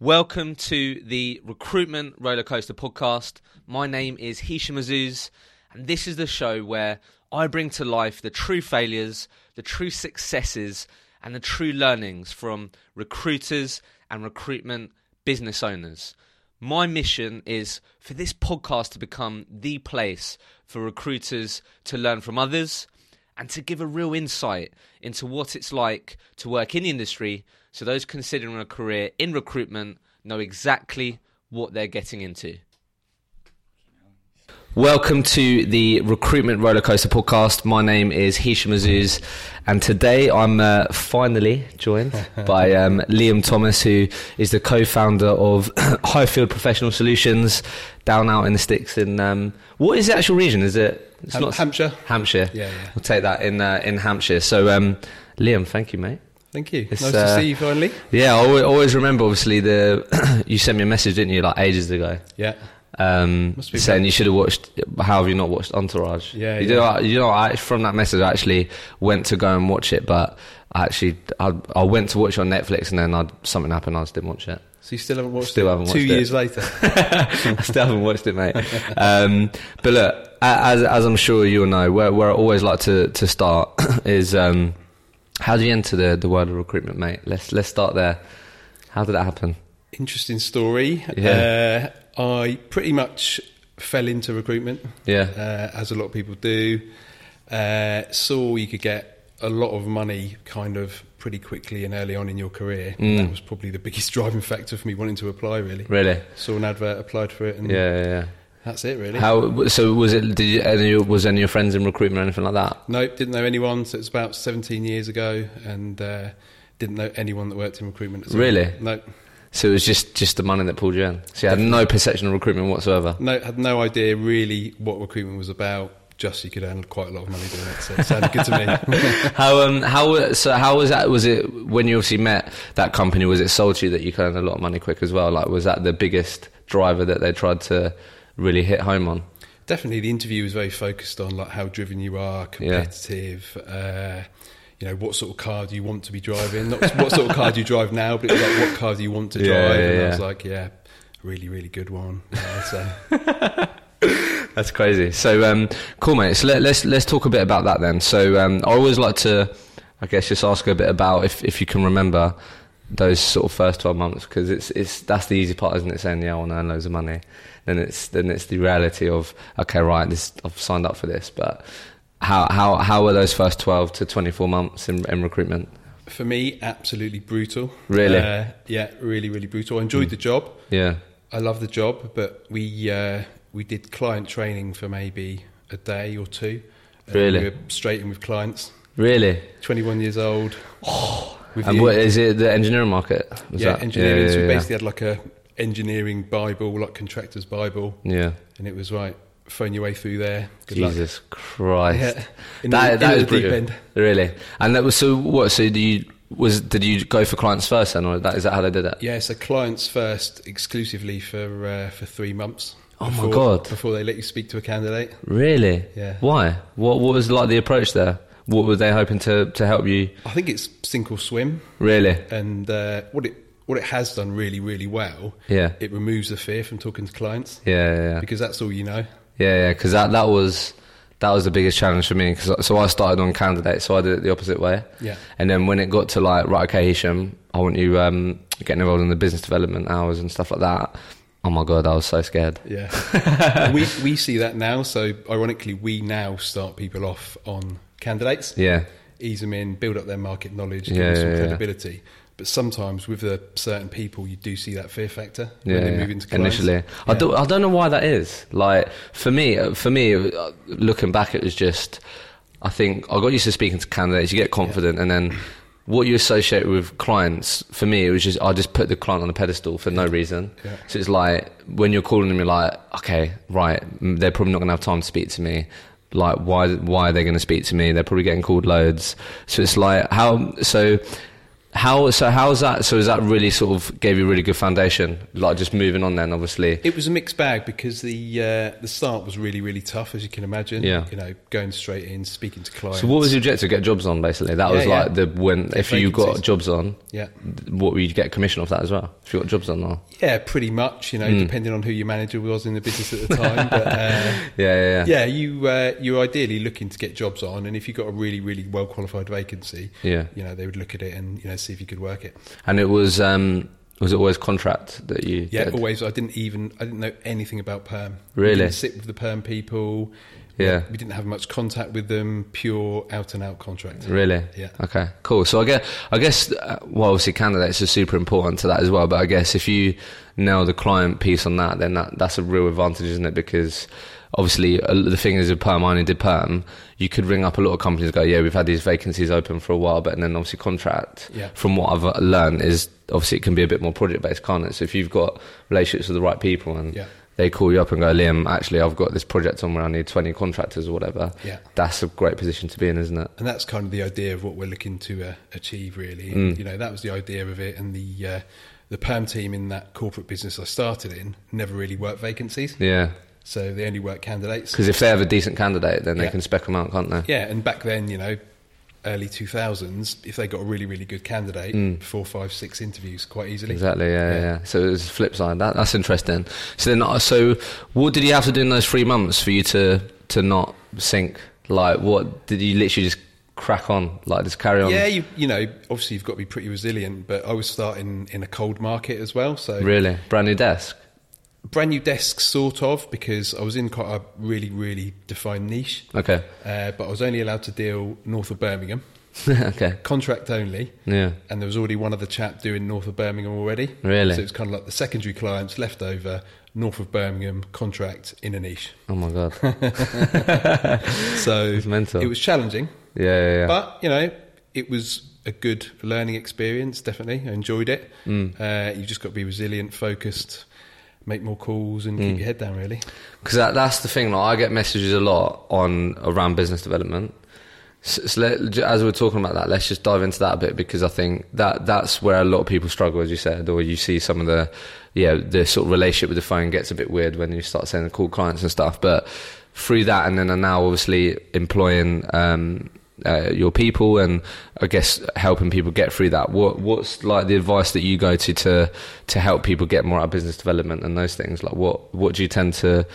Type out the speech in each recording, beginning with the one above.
Welcome to the Recruitment Rollercoaster podcast. My name is Hisham Azuz, and this is the show where I bring to life the true failures, the true successes, and the true learnings from recruiters and recruitment business owners. My mission is for this podcast to become the place for recruiters to learn from others and to give a real insight into what it's like to work in the industry so those considering a career in recruitment know exactly what they're getting into. Welcome to the Recruitment Rollercoaster podcast. My name is Hisham Azuz, and today I'm uh, finally joined by um, Liam Thomas, who is the co founder of Highfield Professional Solutions down out in the sticks. In um, what is the actual region? Is it it's Ham- Hampshire. Hampshire. Yeah, yeah. We'll take that in uh, in Hampshire. So, um, Liam, thank you, mate. Thank you. It's, nice uh, to see you finally. Yeah, I always, always remember. Obviously, the you sent me a message, didn't you, like ages ago, Yeah. um, Must be saying bad. you should have watched. How have you not watched Entourage? Yeah, you yeah. know, I- you know. I, from that message, I actually went to go and watch it, but I actually I, I went to watch it on Netflix, and then i something happened. I just didn't watch it. So you still haven't watched Still it? haven't Two watched it. years later. I still haven't watched it, mate. Um, but look, a- as as I'm sure you'll know, where where I always like to to start is um, how do you enter the the world of recruitment, mate? Let's let's start there. How did that happen? Interesting story. Yeah. Uh, I pretty much fell into recruitment, Yeah. uh, as a lot of people do. Uh, saw you could get a lot of money kind of pretty quickly and early on in your career. Mm. That was probably the biggest driving factor for me wanting to apply, really. Really? Saw an advert, applied for it, and Yeah, yeah. that's it, really. yeah. How? So was it? Did you, any, of your- was any of your friends in recruitment or anything like that? Nope, didn't know anyone. So it's about 17 years ago, and uh, didn't know anyone that worked in recruitment. at all. Really? Nope. So it was just just the money that pulled you in. So you had no perception of recruitment whatsoever. No, had no idea really what recruitment was about. Just you could earn quite a lot of money doing it. So it sounded good to me. how um how so how was that? Was it when you obviously met that company? Was it sold to you that you could earn a lot of money quick as well? Like was that the biggest driver that they tried to really hit home on? Definitely, the interview was very focused on like how driven you are, competitive. Uh, you know what sort of car do you want to be driving? Not what sort of car do you drive now, but it was like what car do you want to Yeah, drive? and yeah, I was yeah. like, yeah, really, really good one. Yeah, so, That's crazy. So, um, cool, mate. So let, let's let's talk a bit about that then. So, um, I always like to, I guess, just ask a bit about if if you can remember those sort of first twelve months because it's it's that's the easy part, isn't it? Saying yeah, I want to earn loads of money. Then it's then it's the reality of okay, right, this I've signed up for this, but how how how were those first twelve to twenty four months in, in recruitment? for me, absolutely brutal. Really? Hmm. Uh, yeah, really, really brutal. I enjoyed the job. Yeah, I love the job, but we uh, we did client training for maybe a day or two. And Really? we were straight in with clients. really. 21 years old. With Oh, And the- what is it? The engineering market? Was yeah, that- engineering. Yeah, so we yeah, basically had like a engineering bible, like contractors bible, yeah. yeah. and it was right. Phone your way through there. Good luck. Jesus Christ. Yeah. In That- the, in that the is deep brutal. end. Really? And that was so. What? So do you was did you go for clients first then, or that is that how they did it? Yeah, so clients first, exclusively for uh, for three months. Oh my before, God. Before they let you speak to a candidate. Really? Yeah. Why? What? What was like the approach there? What were they hoping to to help you? I think it's sink or swim. Really? and uh, what it what it has done really really well Yeah. it removes the fear from talking to clients Yeah, yeah, yeah, because that's all you know yeah, yeah. Because that that was that was the biggest challenge for me. 'cause- so I started on candidates, so I did it the opposite way. yeah And then when it got to like, right, okay, Hisham, I want you um, getting involved in the business development hours and stuff like that. Oh my god, I was so scared. yeah we we see that now so ironically we now start people off on candidates Yeah, ease them in build up their market knowledge Yeah, give them some yeah, yeah. credibility but sometimes with the certain people you do see that fear factor yeah, when they yeah. move into clients initially. I Yeah. don't, I don't know why that is. Like for me, for me, uh, looking back, it was just. I think I got used to speaking to candidates. You get confident, and then what you associate with clients. For me, it was just I just put the client on a pedestal for no reason. Yeah. So it's like when you're calling them, you're like, okay, right, m- they're probably not going to have time to speak to me. Like, why? Why are they going to speak to me? They're probably getting called loads. So it's like how so. How so? How's that? So is that really sort of gave you a really good foundation? Like just moving on then, obviously. It was a mixed bag because the uh, the start was really really tough, as you can imagine. Yeah. You know, going straight in, speaking to clients. So what was your objective? Get jobs on basically. That Yeah, was yeah. like the when if you got vacancies. jobs on, Yeah. what would you get commission off that as well? If you got jobs on, or Yeah, pretty much. You Hmm. know, depending on who your manager was in the business at the time, but. Uh, yeah, yeah, yeah. yeah, you uh, you're ideally looking to get jobs on, and if you got a really really well qualified vacancy, Yeah. you know they would look at it and you know see if you could work it. And it was um was it always contract that you Yeah, did? always. I didn't even I didn't know anything about perm. Really? we didn't sit with the perm people. Yeah. we didn't have much contact with them. Pure out and out contract. Really? Yeah. Okay. Cool. So I guess I guess uh, well, obviously candidates are super important to that as well. But I guess if you nail the client piece on that, then that that's a real advantage, isn't it? Because obviously uh, the thing is with perm, I only did perm. You could ring up a lot of companies, and go, yeah, we've had these vacancies open for a while, but and then obviously contract. Yeah. From what I've uh, learned is obviously it can be a bit more project based, can't it? So if you've got relationships with the right people and Yeah. they call you up and go, Liam, actually I've got this project on where I need twenty contractors or whatever. Yeah. That's a great position to be in, isn't it? And that's kind of the idea of what we're looking to uh, achieve, really. And, You know, that was the idea of it. And the uh, the perm team in that corporate business I started in never really worked vacancies, Yeah. so they only worked candidates. Because if they have a decent candidate, then they Yeah. can spec them out, can't they? Yeah, and back then, you know, early 2000s, if they got a really, really good candidate, four, five, six interviews quite easily. Exactly. Yeah, yeah. yeah. So it was flip side. That, that's interesting. So then, uh, so what did you have to do in those three months for you to to not sink? Like, what did you literally just crack on? Like, just carry on? Yeah, you, you know, obviously you've got to be pretty resilient, but I was starting in a cold market as well. So Really? Brand new desk. brand new desks, sort of, because I was in quite a really, really defined niche, Okay. uh, but I was only allowed to deal north of Birmingham, okay. contract only. Yeah. And there was already one other chap doing north of Birmingham already. Really? So it's kind of like the secondary clients left over, north of Birmingham, contract in a niche. Oh my god. yeah, So It's mental. it was challenging. yeah, yeah. But you know, it was a good learning experience. Definitely, I enjoyed it. Mm. Uh, you just got to be resilient, focused, make more calls, and Mm. keep your head down. Really, Because that, that's the thing. Like, I get messages a lot on around business development. So, so let, j- as we're talking about that, let's just dive into that a bit because I think that that's where a lot of people struggle, as you said, or you see some of the yeah the sort of relationship with the phone gets a bit weird when you start sending call clients and stuff. But through that, and then are now obviously employing um, uh, your people and I guess helping people get through that. What what's like the advice that you go to to to help people get more out of business development and those things? Like what what do you tend to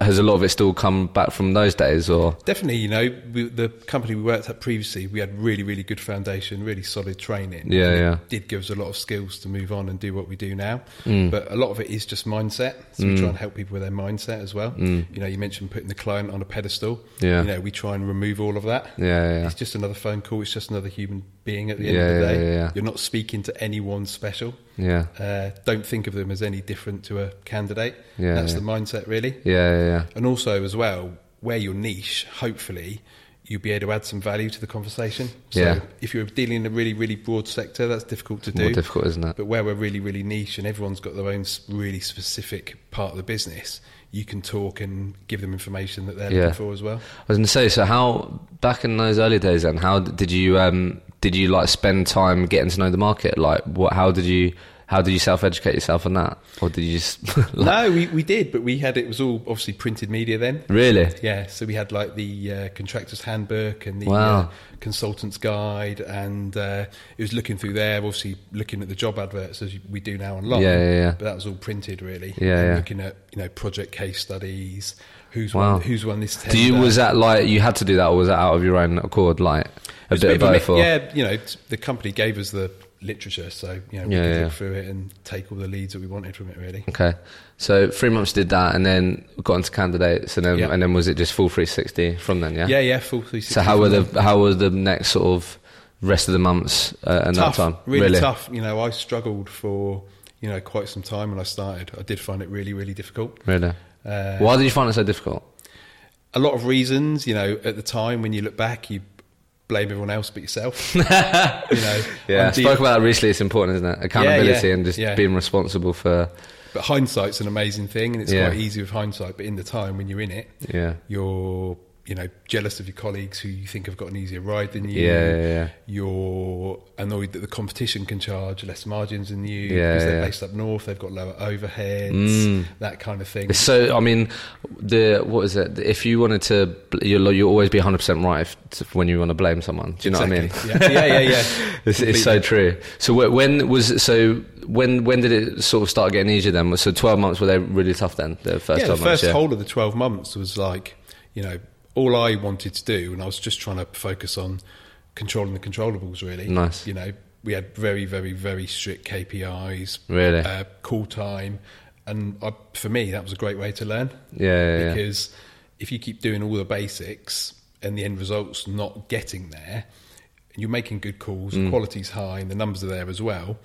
has a lot of it still come back from those days or definitely. You know, we, the company we worked at previously, we had really, really good foundation, really solid training. Yeah, And it yeah. Did give us a lot of skills to move on and do what we do now. Mm. But a lot of it is just mindset. So we try and help people with their mindset as well. You know, you mentioned putting the client on a pedestal. Mm. Yeah. You know, we try and remove all of that. yeah yeah It's just another phone call. It's just another human being at the end Yeah, of the yeah, day. yeah, yeah. You're not speaking to anyone special. yeah Uh, don't think of them as any different to a candidate. Yeah, That's yeah. the mindset, really. yeah yeah yeah. And also, as well, where your niche, hopefully, you'll be able to add some value to the conversation. So Yeah. if you're dealing in a really, really broad sector, that's difficult to More do. difficult, isn't it? But where we're really, really niche and everyone's got their own s- really specific part of the business, you can talk and give them information that they're Yeah. looking for as well. I was going to say, so how back in those early days, then how did you um, did you like spend time getting to know the market? Like, what? How did you how did you self educate yourself on that, or did you just like, No, we, we did, but we had it was all obviously printed media then. really? Yeah, so we had like the uh, contractor's handbook and the Wow. uh, consultant's guide, and uh, it was looking through there, obviously looking at the job adverts as we do now online. Yeah, yeah, yeah. But that was all printed, really. Yeah, And yeah. Looking at you know project case studies, who's Wow. won, who's won this. Do you tender. was that like you had to do that, or was that out of your own accord? Like a It's a bit of bit of a both, mi- or yeah, you know, t- the company gave us the literature, so you know we Yeah, could yeah. look through it and take all the leads that we wanted from it, really. okay. So three months did that, and then got into candidates, and then Yeah. and then was it just full three sixty from then? Yeah. Yeah, yeah, full 360. So how were the how were the next sort of rest of the months uh, and tough, that time? Really, tough. You know, I struggled for you know quite some time when I started. I did find it really, really difficult. Really. Uh, Why did you find it so difficult? A lot of reasons. You know, at the time when you look back, you blame everyone else but yourself. you know, Yeah, I I'm deep- spoke about that recently. It's important, isn't it? Accountability Yeah, yeah, and just yeah. being responsible for. but hindsight's an amazing thing, and it's Yeah. quite easy with hindsight. But in the time when you're in it, Yeah, you're you know jealous of your colleagues who you think have got an easier ride than you. Yeah, yeah, yeah. You're annoyed that the competition can charge less margins than you Yeah, because they're yeah. Mm. based up north. They've got lower overheads, that kind of thing. So I mean, the what is it? If you wanted to, bl- you'll, you'll always be 100 percent right if, when you want to blame someone. Do you know what I mean? Exactly. Yeah, yeah, yeah, yeah. It's, it's so true. So wh- when was so when when did it sort of start getting easier then? So 12 months were they really tough then? The first yeah, the 12 months. first yeah. whole of the 12 months was like, you know, all I wanted to do, and I was just trying to focus on controlling the controllables, really. Nice. You know, we had very, very, very strict KPIs, Really? uh, call time. And I, for me, that was a great way to learn yeah, yeah, yeah. because if you keep doing all the basics and the end result's not getting there, and you're making good calls, Mm. quality's high, and the numbers are there as well,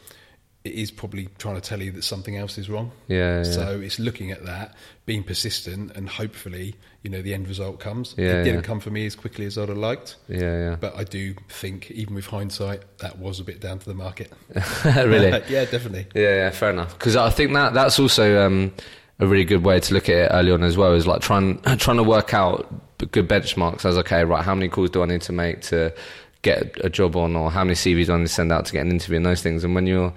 it is probably trying to tell you that something else is wrong. Yeah, yeah. So it's looking at that, being persistent, and hopefully, you know, the end result comes. Yeah, it yeah. didn't come for me as quickly as I'd have liked. yeah, yeah. But I do think, even with hindsight, that was a bit down to the market. really? Yeah, yeah, definitely. yeah, fair enough. Because I think that that's also um, a really good way to look at it early on as well. Is like trying trying to work out b- good benchmarks as okay, right? How many calls do I need to make to get a job on, or how many CVs do I need to send out to get an interview, and those things. And when you're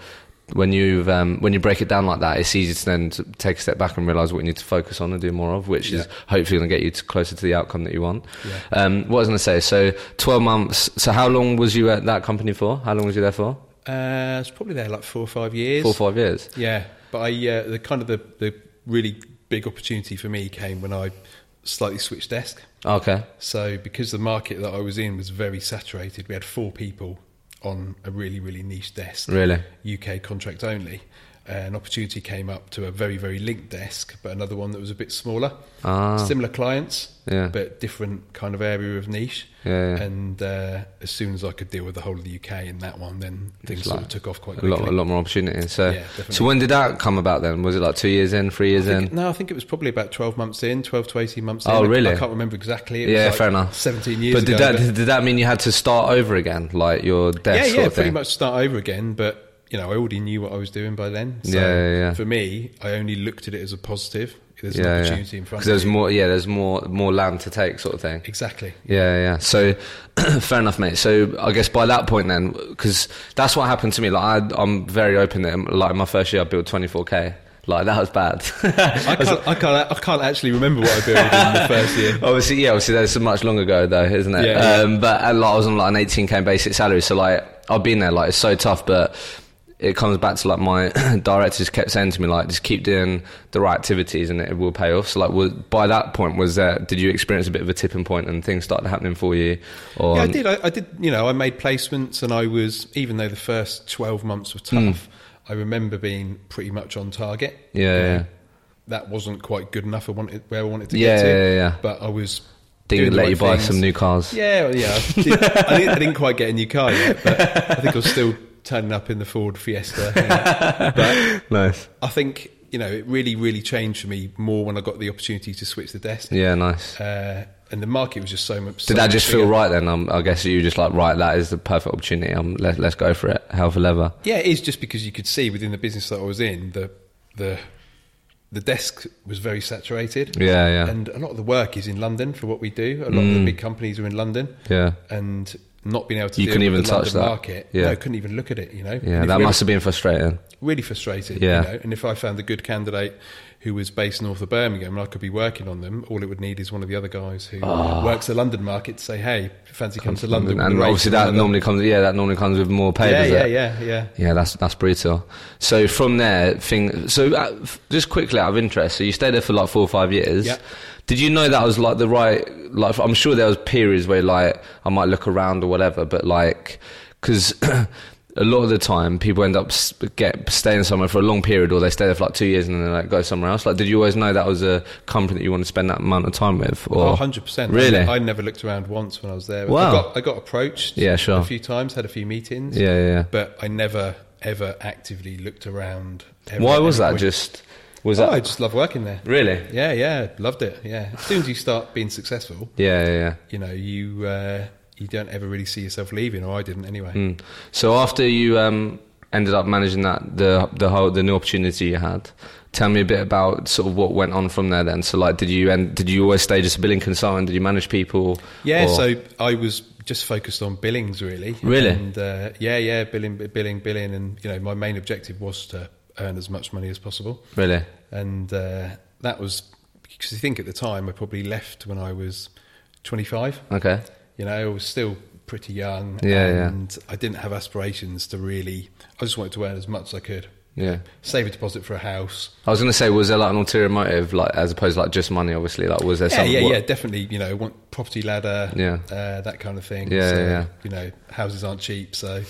when you've um, when you break it down like that, it's easy to then to take a step back and realize what you need to focus on and do more of, which is Yeah. hopefully going to get you to closer to the outcome that you want. Um, what I was going to say, so twelve months. So how long was you at that company for? How long was you there for? Uh, it's probably there like four or five years. Four or five years. Yeah, but I uh, the kind of the, the really big opportunity for me came when I slightly switched desk. Okay. So because the market that I was in was very saturated, we had four people on a really really niche desk, Really? UK contract only. an opportunity came up to a very very linked desk, but another one that was a bit smaller, Ah. similar clients, Yeah. but different kind of area of niche. Yeah, yeah. And uh, as soon as I could deal with the whole of the UK in that one, then things sort like of took off quite a quickly. lot, a lot more opportunity. So, Yeah, definitely. so when did that come about then? Was it like two years in, three years I in? think- no, I think it was probably about 12 months in, 12 to 18 months Oh, in. I- really? I can't remember exactly. It was yeah, like fair enough. 17 years But did ago. that did that mean you had to start over again, like your desk yeah, sort yeah, of pretty thing? much start over again. But, you know, I already knew what I was doing by then. So Yeah, yeah, yeah. for me, I only looked at it as a positive. There's yeah, an yeah. opportunity in front 'Cause of there's you. more. Yeah, there's more more land to take, sort of thing. Exactly. Yeah, yeah. So, fair enough, mate. So, I guess by that point, then, because that's what happened to me. Like, I, I'm very open that, like, in my first year, I built 24k. Like, that was bad. I can't, I, can't, I can't actually remember what I built in the first year. Obviously, yeah, obviously that's much long ago though, isn't it? Yeah, yeah. Um, but uh, like, I was on like an 18k basic salary, so like I've been there, like it's so tough, but it comes back to like my directors kept saying to me like just keep doing the right activities and it will pay off. So like was, by that point was that did you experience a bit of a tipping point and things started happening for you? Or Yeah, I did. I, I did. You know, I made placements, and I was even though the first twelve months were Hmm. tough, I remember being pretty much on target. Yeah, yeah. that wasn't quite good enough. I wanted where I wanted to Yeah, get to. yeah, yeah. But I was. did doing you Ah. the let right you buy things. some new cars? Yeah, well, yeah. I, did, I, didn't, I didn't quite get a new car yet, but I think I was still turning up in the Ford Fiesta. you know. But Nice. I think you know it really, really changed for me more when I got the opportunity to switch the desk. Yeah, nice. Uh, and the market was just so much. so Did that much just feel bigger. right then? Um, I guess you just like right. That is the perfect opportunity. Um, let, let's go for it. Hell for leather. Yeah, it is just because you could see within the business that I was in the the the desk was very saturated. Yeah, Mm. yeah. And a lot of the work is in London for what we do. A lot of the big companies are in London. Yeah. And not being able to You deal couldn't with even the touch London that. market. Yeah. No, couldn't even look at it, you know. Yeah, And that it must have been frustrating. really frustrated. Yeah. You know? And if I found a good candidate who was based north of Birmingham and I could be working on them, all it would need is one of the other guys who Ah. works the London market to say, Hey, fancy come to London. with and the rates obviously and that whatever." normally comes. Yeah, that normally comes with more pay. Yeah, does yeah, it? yeah, yeah. Yeah, that's that's brutal. So from there, thing. So uh, f- just quickly out of interest, so you stayed there for like four or five years. Yeah. Did you know that was like the right? Like I'm sure there was periods where like I might look around or whatever, but like because. A lot of the time, people end up s- get staying somewhere for a long period, or they stay there for like two years and then they like go somewhere else. Like, did you always know that was a company that you want to spend that amount of time with? Or Oh, 100%. Really? I, I never looked around once when I was there. Wow. I got, I got approached Yeah, sure. a few times, had a few meetings, yeah, yeah, yeah. but I never, ever actively looked around. every- Why was that? every week. Just was Oh, that I just love working there. really? Yeah, yeah, loved it. Yeah. As soon as you start being successful, Yeah, yeah, yeah. you know, Hmm. you uh, you don't ever really see yourself leaving, or I didn't anyway. Mm. So after you, um, ended up managing that the the whole the new opportunity you had. Tell me a bit about sort of what went on from there. Then, so like, did you end? Did you always stay just a billing consultant? Did you manage people? Yeah, Or- so I was just focused on billings really. Really? And uh, yeah, yeah, billing, billing, billing, and you know, my main objective was to earn as much money as possible, really, and uh, that was because I think at the time I probably left when I was 25. okay, You know, I was still pretty young, Yeah, yeah. and I didn't have aspirations to really. I just wanted to earn as much as I could, yeah. save a deposit for a house. I was gonna say, was there like an ulterior motive, like as opposed to like just money? Obviously, like was there Yeah, something? yeah, what- yeah, definitely. You know, want property ladder, Yeah. uh, that kind of thing. Yeah, so, yeah, yeah. You know, houses aren't cheap, so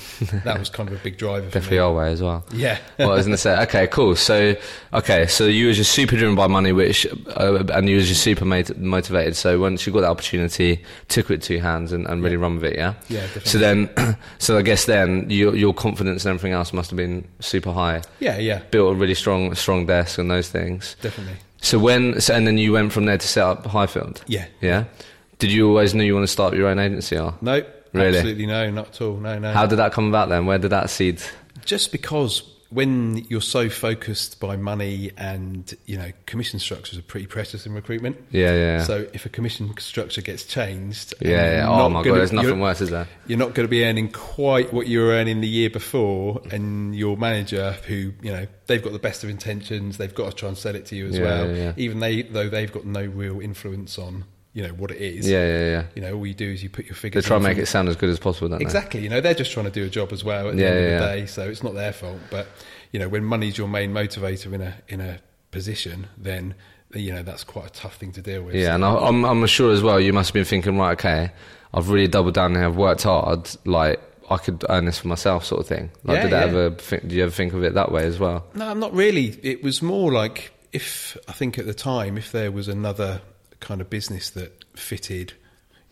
that was kind of a big driver. for Definitely me. our way as well. Yeah. well, I was going to say, okay, cool. So, okay, so you were just super driven by money, which, uh, and you was just super mot- motivated. So once you got that opportunity, took it with two hands and, and really run with it, yeah. Yeah, So then, so I guess then your your confidence and everything else must have been super high. Yeah, yeah, Built a really strong strong desk and those things. definitely. So when so, and then you went from there to set up Highfield. Yeah. Yeah. Did you always know you want to start your own agency? Or No, Really? absolutely no, not at all. No, no. how did that come about then? Where did that seed? Just because when you're so focused by money and, you know, commission structures are pretty precious in recruitment. Yeah, yeah. yeah. So if a commission structure gets changed, and yeah, yeah. you're Oh not my god, gonna- there's nothing you're- worse, is there? You're not going to be earning quite what you were earning the year before, and your manager, who you know they've got the best of intentions, they've got to try and sell it to you as Yeah, well. yeah, yeah. Even they, though they've got no real influence on you know what it is. Yeah, yeah, yeah. You know, all you do is you put your They figures. try in and make from- it sound as good as possible, don't Exactly. You know, they're just trying to do a job as well at the Yeah, end yeah, of the yeah. day, so it's not their fault. But you know, when money's your main motivator in a in a position, then you know that's quite a tough thing to deal with. they? Yeah, and I, I'm, I'm sure as well, you must have been thinking, right, okay, I've really doubled down here, I've worked hard, like, I could earn this for myself, sort of thing. Like, Yeah, did that yeah. ever, think, do you ever think of it that way as well? No, not really. It was more like if I think at the time, if there was another kind of business that fitted,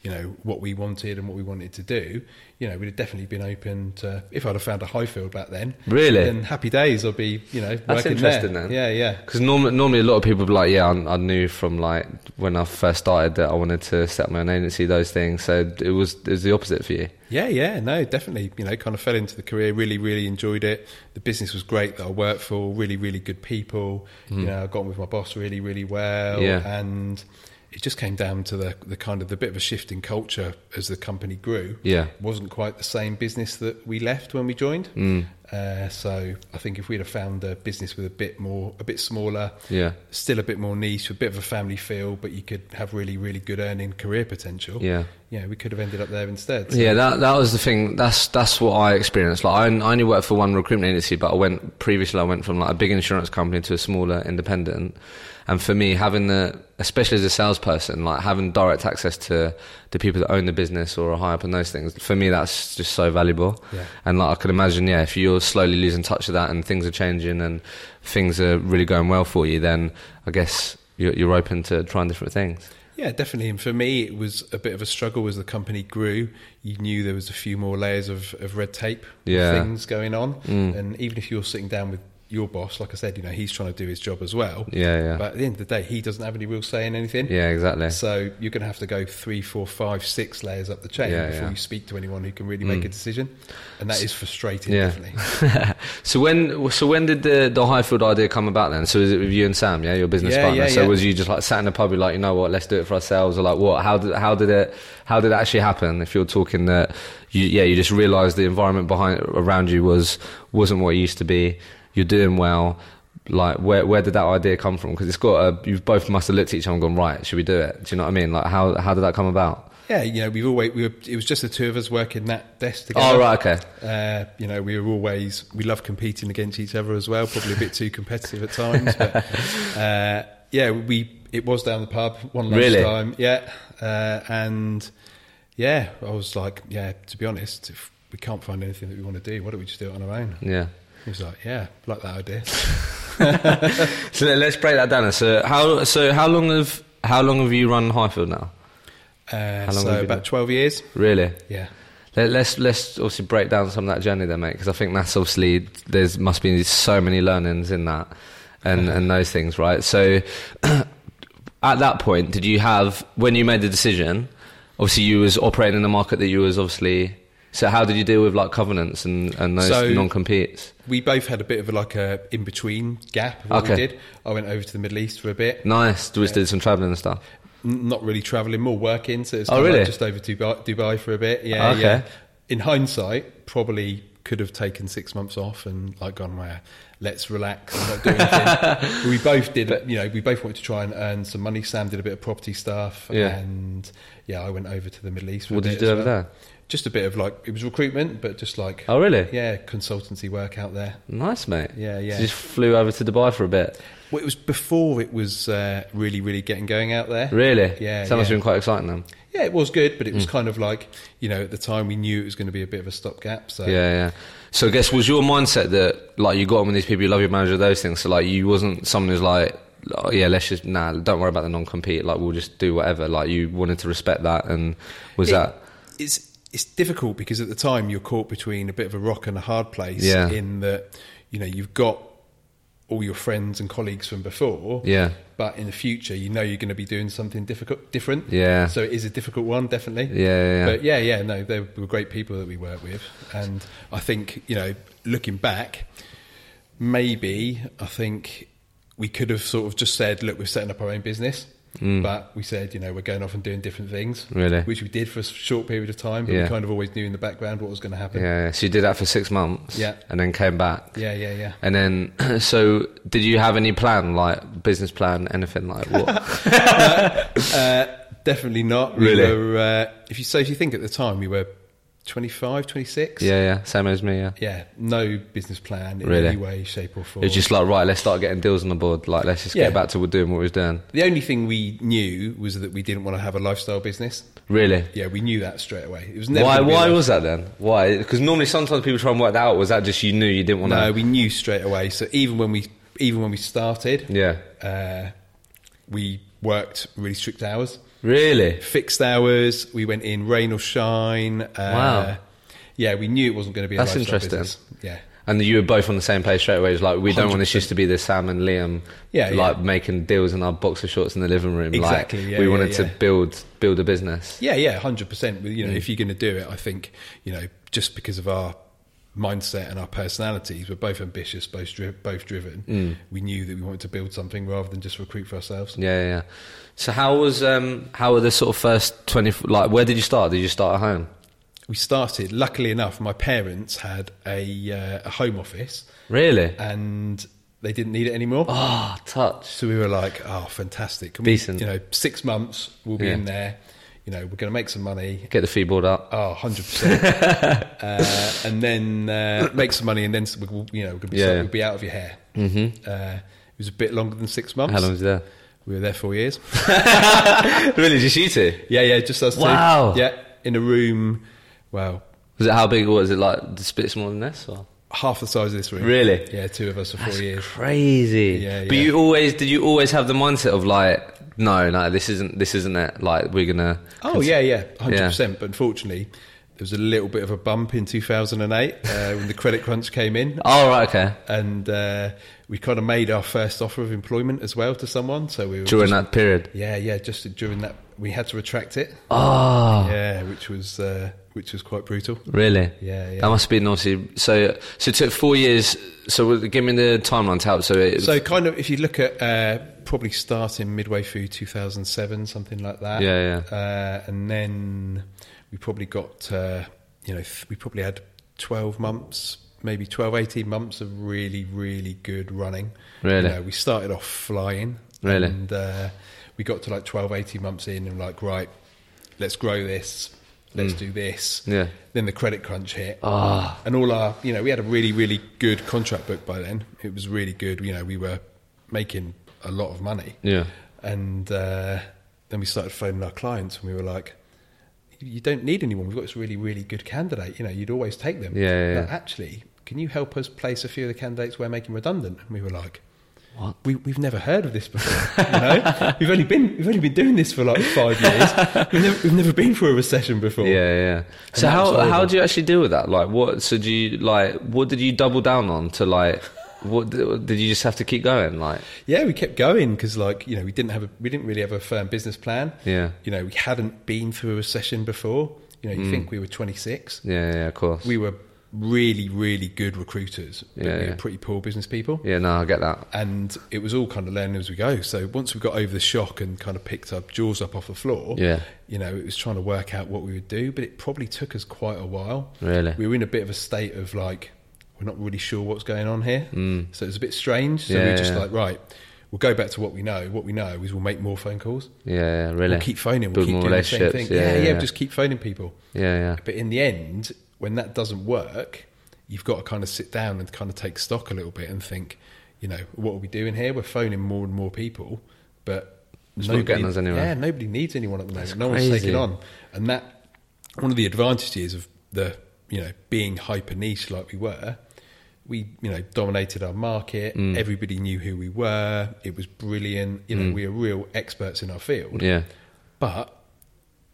you know, what we wanted and what we wanted to do, you know, we'd have definitely been open to. If I'd have found a Highfield back then, Really? then happy days. I'd be, you know, That's working interesting there. then. Yeah, yeah. Because normally, normally a lot of people be like, yeah, I, I knew from like when I first started that I wanted to set up my own agency, those things. So it was, it was the opposite for you. Yeah, yeah, no, definitely. You know, kind of fell into the career, really, really enjoyed it. The business was great that I worked for, really, really good people. You know, I got on with my boss really, really well. Hmm. Yeah. And it just came down to the, the kind of the bit of a shift in culture as the company grew. Yeah. It wasn't quite the same business that we left when we joined. Mm. Uh, so I think if we'd have found a business with a bit more, a bit smaller, Yeah. still a bit more niche, a bit of a family feel, but you could have really, really good earning career potential. Yeah. You know, we could have ended up there instead. Yeah, that that was the thing. That's that's what I experienced. Like I, I only worked for one recruitment agency, but I went previously. I went from like a big insurance company to a smaller independent. And for me, having the especially as a salesperson, like having direct access to the people that own the business or are high up in those things, for me that's just so valuable. Yeah. And like I can imagine, yeah, if you're slowly losing touch of that and things are changing and things are really going well for you, then I guess you're, you're open to trying different things. Yeah, definitely. And for me, it was a bit of a struggle as the company grew. You knew there was a few more layers of, of red tape Yeah. Mm. things going on. And even if you're sitting down with your boss, like I said, you know, he's trying to do his job as well. Yeah, yeah, But at the end of the day, he doesn't have any real say in anything. yeah, exactly. So you're going to have to go three, four, five, six layers up the chain Yeah, before yeah. Mm. you speak to anyone who can really make a decision. And that is frustrating, Yeah. definitely. so when so when did the the Highfield idea come about then? So is it with you and Sam, yeah, your business Yeah, partner? yeah, so yeah. was you just like sat in the pub, you're like, you know what, let's do it for ourselves, or like what? How did how did it how did it actually happen? If you're talking that, you, yeah, you just realised the environment behind around you was wasn't what it used to be. You're doing well. Like where where did that idea come from? Because it's got a you both must have looked at each other and gone right. Should we do it? Do you know what I mean? Like how how did that come about? Yeah, you know, we've always, we were, it was just the two of us working that desk together. Oh right, okay. Uh, you know, we were always we love competing against each other as well. Probably a bit too competitive at times, but uh, yeah, we it was down the pub one last Really? time. Yeah, uh, and yeah, I was like, yeah. To be honest, if we can't find anything that we want to do, why don't we just do it on our own? Yeah. He was like, yeah, like that idea. So let- let's break that down. So how so how long have how long have you run Highfield now? Uh, How long have you so been about there? twelve years. Really? Yeah. Let, let's let's obviously break down some of that journey there, mate, because I think that's obviously there's must be so many learnings in that and and those things, right? So at that point, did you have when you made the decision? Obviously, you was operating in a market that you was obviously So how did you deal with like covenants and, and those So- non-competes? We both had a bit of a, like a in between gap. Of what Okay. we did. I went over to the Middle East for a bit. Nice. We did some traveling and stuff. N- Not really traveling, more working. So it's Oh, kind of really? like just over to Dubai, Dubai for a bit. Yeah, Okay. yeah. In hindsight, probably could have taken six months off and like gone where let's relax and not do anything. But we both did, you know, we both wanted to try and earn some money. Sam did a bit of property stuff, Yeah. and yeah, I went over to the Middle East. For What a did you do bit as over well. there? Just a bit of like it was recruitment, but just like Oh, really? yeah, consultancy work out there. Nice, mate. Yeah, yeah. So you just flew over to Dubai for a bit. Well, it was before it was uh, really, really getting going out there. Really? Yeah, So that must yeah. have been quite exciting then. Yeah, it was good, but it was Mm. kind of like, you know, at the time we knew it was going to be a bit of a stopgap. So, Yeah, yeah. So I guess was your mindset that like you got on with these people, you love your manager, those things. So like you wasn't someone who's like, oh, yeah, let's just nah, don't worry about the non-compete. Like we'll just do whatever. Like you wanted to respect that, and was It- that It's, it's difficult because at the time you're caught between a bit of a rock and a hard place Yeah. in that, you know, you've got all your friends and colleagues from before. yeah, But in the future, you know you're going to be doing something difficult, different. Yeah. So it is a difficult one, definitely. yeah, yeah, yeah. But yeah, yeah, no, they were great people that we worked with, and I think you know, looking back, maybe I think we could have sort of just said, look, we're setting up our own business, but we said, you know, we're going off and doing different things, Mm. Really? which we did for a short period of time, but Yeah. we kind of always knew in the background what was going to happen. yeah, yeah. So you did that for six months, Yeah. and then came back, Yeah, yeah, yeah. and then so did you have any plan, like business plan, anything like what? Uh, definitely not. We Really? were, uh, if you so, if you think at the time we were 25, 26. yeah, yeah, same as me, yeah. Yeah, no business plan in Really? any way, shape, or form. It's just like right, let's start getting deals on the board. Like let's just Yeah. get back to doing what we was doing. The only thing we knew was that we didn't want to have a lifestyle business. Really, Yeah, we knew that straight away. It was never why? gonna be a Why life- was that then? Why? Because normally, sometimes people try and work that out. Was that just you knew you didn't want No, to? we knew straight away. So even when we even when we started, Yeah. uh, we worked really strict hours, Really? fixed hours. We went in rain or shine. Uh, Wow. Yeah, we knew it wasn't going to be. A That's lifestyle interesting. business. Yeah. And you were both on the same place straight away. It's like we don't want this 100%. just to be the Sam and Liam, Yeah, yeah. like making deals in our boxer shorts in the living room. Exactly, Like, yeah, we yeah, wanted yeah. to build build a business. Yeah, yeah, hundred percent. You Mm. know, if you're going to do it, I think you know, just because of our mindset and our personalities, we're both ambitious, both dri- both driven. Mm. We knew that we wanted to build something rather than just recruit for ourselves. Yeah, yeah. yeah. So how was um how were the sort of first twenty? Like where did you start? Did you start at home? We started. Luckily enough, my parents had a uh, a home office, Really? Uh, and they didn't need it anymore. Ah, touch. So we were like, "Oh, fantastic! Can Decent. We, you know, six months we'll be Yeah. in there. You know, we're going to make some money. Get the fee board up. Oh, 100%. uh, and then uh, make some money and then we- we'll, you know, we'll be, Yeah. we'll be out of your hair. Mm-hmm. Uh, it was a bit longer than six months. How long was you there? We were there four years. really? Just you two? yeah, yeah, just us Wow. two. Yeah, in a room, well, Was it how big? Was it like the split smaller than this? Or? half the size of this room. Really? Yeah, two of us for four years. Crazy. Yeah, But yeah. you always did. You always have the mindset of like, no, no, this isn't. This isn't it. Like we're gonna. Oh, yeah, yeah, 100%. But unfortunately, there was a little bit of a bump in 2008 uh, when the credit crunch came in. Oh right. Okay. And uh, we kind of made our first offer of employment as well to someone. So we were During that period. Yeah, yeah. Just during that, we had to retract it. Oh. Yeah, which was uh, which was quite brutal. Really? Yeah, yeah. That must be naughty. So, so it took four years. So, w- give me the timeline to help. So, it, So kind of, if you look at uh, probably starting midway through 2007, something like that. Yeah, yeah. Uh, and then we probably got, uh, you know, th- we probably had 12 months, maybe 12, 18 months of really, really good running. Really? You know, we started off flying. Really? And uh, we got to like 12, 18 months in and like, right, let's grow this. Let's do this. Mm. Yeah. Then the credit crunch hit. Ah. And all our, you know, we had a really, really good contract book by then. It was really good. You know, we were making a lot of money. yeah. And uh, then we started phoning our clients and we were like, you don't need anyone. We've got this really, really good candidate. You know, you'd always take them. Yeah, yeah, But yeah. actually, can you help us place a few of the candidates we're making redundant? And we were like, What? We, we've never heard of this before. You know, we've only been we've only been doing this for like five years. We've never, we've never been through a recession before. Yeah, yeah. So that was how horrible. how do you actually deal with that? Like, what? So do you like? What did you double down on to like? What did you just have to keep going? Like, Yeah, we kept going because, like, you know, we didn't have a, we didn't really have a firm business plan. Yeah. Hmm. you know, we hadn't been through a recession before. You know, you think we were 26. Yeah, yeah, of course. We were really, really good recruiters, but Yeah, we were yeah. pretty poor business people. yeah, no, I get that. And it was all kind of learning as we go. So once we got over the shock and kind of picked up jaws up off the floor, Yeah. you know, it was trying to work out what we would do, but it probably took us quite a while. Really? We were in a bit of a state of like, we're not really sure what's going on here. Mm. So it was a bit strange. So we Yeah, were just yeah. like, right, we'll go back to what we know. What we know is we'll make more phone calls. Yeah, yeah really. We'll keep phoning. Build We'll keep more doing the same thing. relationships. Yeah, yeah, we'll just keep phoning people. yeah, yeah. But in the end, when that doesn't work, you've got to kind of sit down and kind of take stock a little bit and think, you know, what are we doing here? We're phoning more and more people, but It's not getting us anywhere. Yeah, nobody needs anyone at the moment. That's no one's crazy. taking on, and that one of the advantages of the you know being hyper niche like we were. We, you know, dominated our market. Mm. Everybody knew who we were. It was brilliant. You know, we are real experts in our field. Yeah, But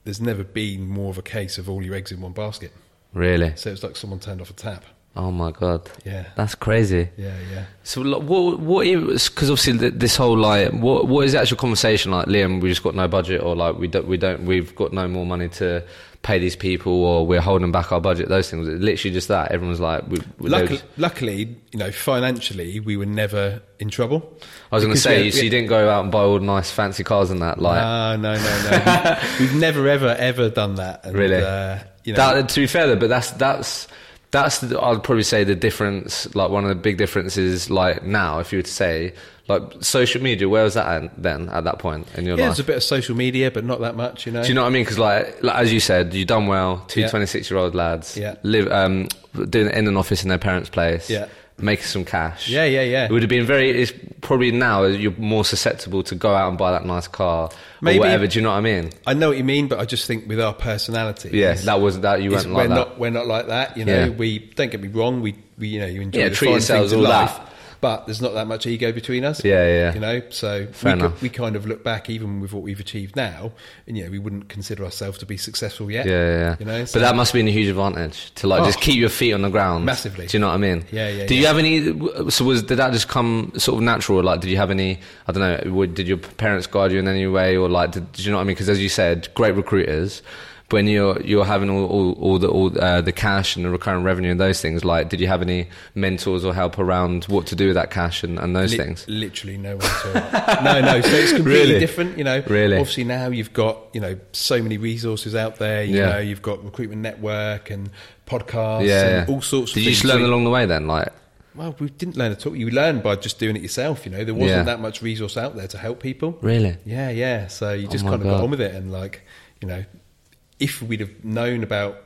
there's never been more of a case of all your eggs in one basket. really. So it's like someone turned off a tap. Oh my god. Yeah. That's crazy. Yeah, yeah. So like, what? What? Because obviously th- this whole like, what? What is the actual conversation like? Liam, we just got no budget, or like we don't, we don't, we've got no more money to pay these people, or we're holding back our budget. Those things. It's literally just that. Everyone's like, we. we Luckily, luckily, you know, financially, we were never in trouble. I was going to Because say, we- so you didn't go out and buy all the nice fancy cars and that. Like No, no, no, no. We've never, ever, ever done that. And, Really? Uh, you know, that. To be fair, though, but that's that's. That's the, I'd probably say the difference, like one of the big differences, like now, if you were to say, like social media, where was that at then at that point in your yeah, life? there's a bit of social media, but not that much, you know. Do you know what I mean? Because like, like as you said, you done well. Two Yeah. 26 year old lads Yeah. live um, doing in an office in their parents' place. Yeah. Making some cash. Yeah, yeah, yeah. It would have been very. It's probably now you're more susceptible to go out and buy that nice car Maybe- or whatever. Do you know what I mean? I know what you mean, but I just think with our personality, Yeah, that was that you is weren't we're like that. not we're not like that. You know, Yeah. we don't get me wrong. We, we you know you enjoy Yeah, the treat fine yourselves things in all that. life, but there's not that much ego between us. Yeah, yeah, yeah. You know, so Fair we, c- enough. we kind of look back even with what we've achieved now, and you know we wouldn't consider ourselves to be successful yet. yeah, yeah, yeah. You know, so- but that must be a huge advantage to like just Oh. keep your feet on the ground. Massively. Do you know what I mean? Yeah, yeah, Do you yeah. have any? So was did that just come sort of natural? Or like, did you have any? I don't know. Would, did your parents guide you in any way, or like, did, do you know what I mean? Because as you said, great recruiters. When you're you're having all, all, all the all uh, the cash and the recurrent revenue and those things, like, did you have any mentors or help around what to do with that cash and, and those Li- things? Literally no one at all. no, no. So it's completely Really? different, you know. Really? Obviously now you've got, you know, so many resources out there, you Yeah. know, you've got recruitment network and podcasts Yeah, and yeah. all sorts of Did you things. just learn So- along the way then? Like, Well, we didn't learn at all. You learn by just doing it yourself, you know. There wasn't Yeah. that much resource out there to help people. really? Oh Yeah, yeah. So you just my kind of God. got on with it and like, you know, if we'd have known about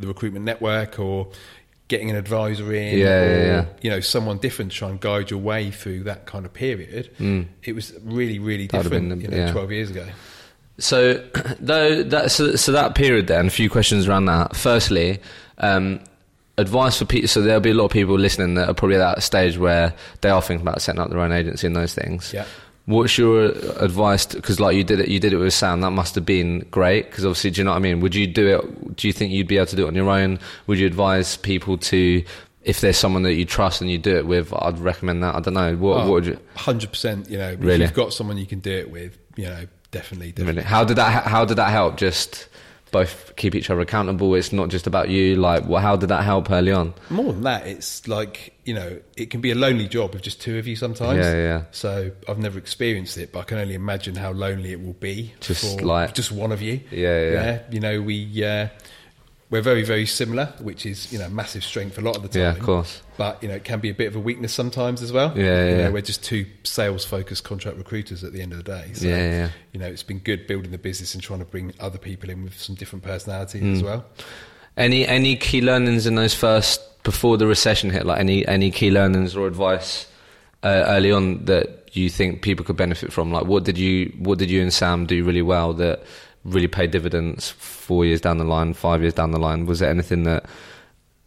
the recruitment network or getting an advisor in Yeah, or yeah, yeah. you know, someone different to try and guide your way through that kind of period, it was really, really Mm. That would've different been the- you know, yeah. twelve years ago. So, though that so, so that period, then a few questions around that. Firstly, um, advice for people. So there'll be a lot of people listening that are probably at that stage where they are thinking about setting up their own agency and those things. Yeah. What's your advice? Because like you did it, you did it with Sam. That must have been great. Because obviously, do you know what I mean? Would you do it? Do you think you'd be able to do it on your own? Would you advise people to, if there's someone that you trust and you do it with? I'd recommend that. I don't know. Oh. What, what would you? hundred percent, you know, if Really? you've got someone you can do it with, you know, definitely, Really? definitely. How did that? How did that help? Just both keep each other accountable. It's not just about you. Like, wh- how did that help early on? More than that, it's like, you know, it can be a lonely job with just two of you sometimes. Yeah, yeah. So I've never experienced it, but I can only imagine how lonely it will be Just for like- just one of you. Yeah, yeah. You know, we uh, we're very, very similar, which is, you know, massive strength a lot of the time. Yeah, of course. But, you know, it can be a bit of a weakness sometimes as well. Yeah, yeah, You know, yeah. we're just two sales focused contract recruiters at the end of the day. So Yeah, yeah, yeah. you know, it's been good building the business and trying to bring other people in with some different personalities Hmm. as well. Any any key learnings in those first before the recession hit? Like any any key learnings or advice uh, early on that you think people could benefit from? Like, what did you what did you and Sam do really well that really paid dividends four years down the line, five years down the line? Was there anything that?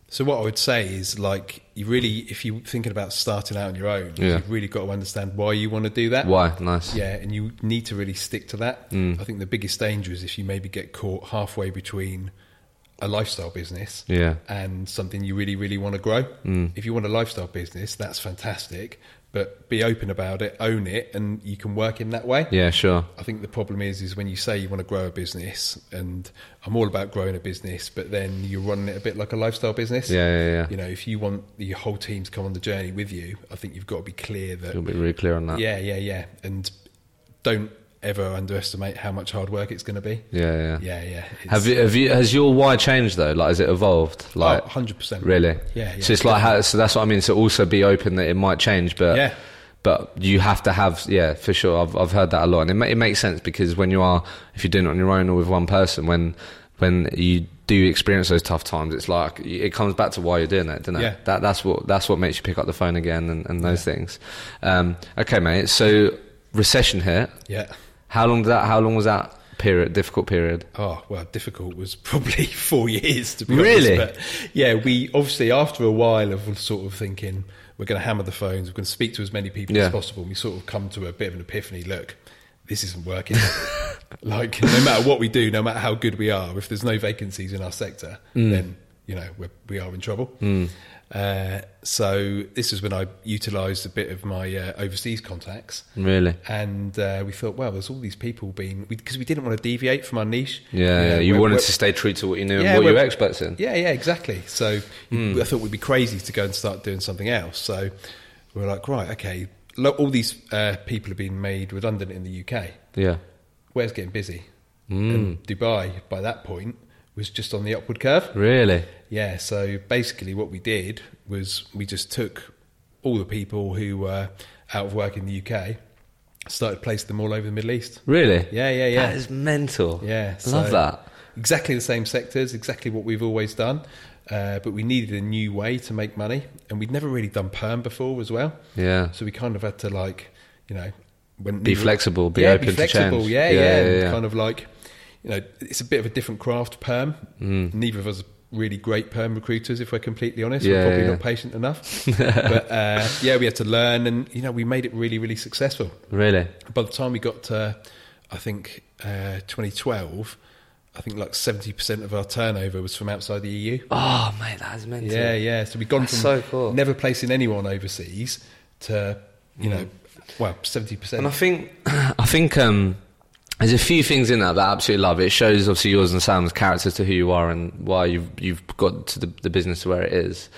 So what I would say is like you really if you're thinking about starting out on your own, Yeah. you've really got to understand why you want to do that. Why? Mm. Nice. Yeah, and you need to really stick to that. I think the biggest danger is if you maybe get caught halfway between a lifestyle business Yeah. Mm. and something you really, really want to grow. If you want a lifestyle business, that's fantastic. But be open about it, own it, and you can work in that way. Yeah, sure. I think the problem is is when you say you want to grow a business, and I'm all about growing a business, but then you're running it a bit like a lifestyle business. Yeah, yeah, yeah. You know, if you want your whole team to come on the journey with you, I think you've got to be clear that You'll be really clear on that. yeah, yeah, yeah, and don't ever underestimate how much hard work it's going to be. yeah, yeah. Yeah, yeah. Have you? Have you? Has your why changed though? Like, has it evolved? Like, hundred percent? really? Oh. Yeah, yeah. So it's like, how, so that's what I mean. So also be open that it might change, but Yeah. but you have to have, yeah, for sure. I've I've heard that a lot, and it ma- it makes sense because when you are, if you're doing it on your own or with one person, when when you do experience those tough times, it's like it comes back to why you're doing it, doesn't it? Yeah. That that's what that's what makes you pick up the phone again and, and those things. Um, okay, mate. So recession hit. Yeah. How long did that? How long was that period? Difficult period. Oh well, difficult was probably four years to be Really? honest. But yeah, we obviously after a while of sort of thinking we're going to hammer the phones, we're going to speak to as many people Yeah. as possible. And we sort of come to a bit of an epiphany. Look, this isn't working. like no matter what we do, no matter how good we are, if there's no vacancies in our sector, Hmm. then you know we're, we are in trouble. Uh, so this is when I utilised a bit of my uh, overseas contacts Really. and uh, we thought, well, there's all these people being because we, didn't want to deviate from our niche. Yeah, yeah. you we're- wanted we're- to stay true to what you knew Yeah, and what you were we're- experts in. Yeah, yeah, exactly. So Hmm. I thought we'd be crazy to go and start doing something else. So we were like, right, okay, look, all these uh, people have been made redundant in the UK. Yeah, Where's getting busy? Hmm. And Dubai, by that point, was just on the upward curve. really. Yeah, so basically what we did was we just took all the people who were out of work in the UK, started placing them all over the Middle East. Really? Yeah, yeah, yeah. That is mental. Yeah, Love so- that. Exactly the same sectors, exactly what we've always done, uh, but we needed a new way to make money, and we'd never really done perm before as well. Yeah. So we kind of had to like, you know, when Be flexible, be yeah, open be to change. flexible, yeah, Yeah, yeah, yeah, and yeah. kind of like, you know, it's a bit of a different craft perm. Neither of us. are Really great perm recruiters, if we're completely honest. Mm. Yeah, we're probably yeah, not yeah. patient enough. but uh, yeah, we had to learn, and you know, we made it really, really successful Really? by the time we got to, I think, uh, 2012, I think like 70% of our turnover was from outside the EU. Oh, mate, that is mental. Yeah, yeah. So we've gone That's from so cool. Mm. never placing anyone overseas to, you know, well, 70%. And I think, I think um, there's a few things in that that I absolutely love. It shows obviously yours and Sam's character to who you are and why you've you've got to the, the business to where it is.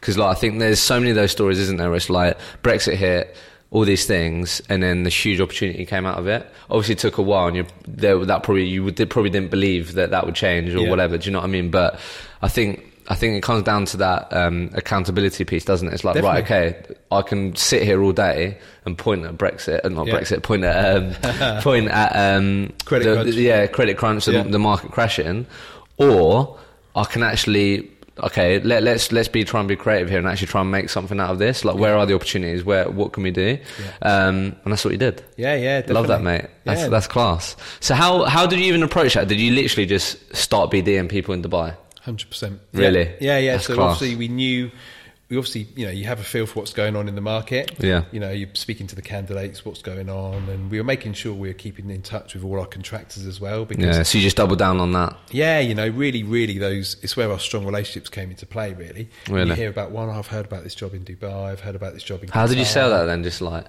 Because like I think there's so many of those stories, isn't there? Where it's like Brexit hit, all these things, and then the huge opportunity came out of it. Obviously, it took a while, and you there that probably you would, probably didn't believe that that would change or Yeah. whatever. Do you know what I mean? But I think. I think it comes down to that um, accountability piece, doesn't it? It's like, right, Definitely. okay, okay, I can sit here all day and point at Brexit, and not Yeah. Brexit, point at um, point at um, Credit the, crunch. yeah, credit crunch, the, Yeah. the market crashing, or I can actually okay, let, let's let's be try and be creative here and actually try and make something out of this. Like, where are the opportunities? Where what can we do? Um, and that's what you did. yeah, yeah. Definitely. Love that, mate. That's yeah. that's class. So how how did you even approach that? Did you literally just start BDing people in Dubai? Hundred percent. Really? Yeah, yeah. yeah. That's So class. obviously we knew. We obviously, you know, you have a feel for what's going on in the market. Yeah. You know, you're speaking to the candidates, what's going on, and we were making sure we were keeping in touch with all our contractors as well. Because Yeah, so you just doubled down on that. Yeah, you know, really, really, those. It's where our strong relationships came into play. Really, And Really? you hear about one. I've heard about this job in Dubai. I've heard about this job in. How did you Qatar." sell that then? Just like,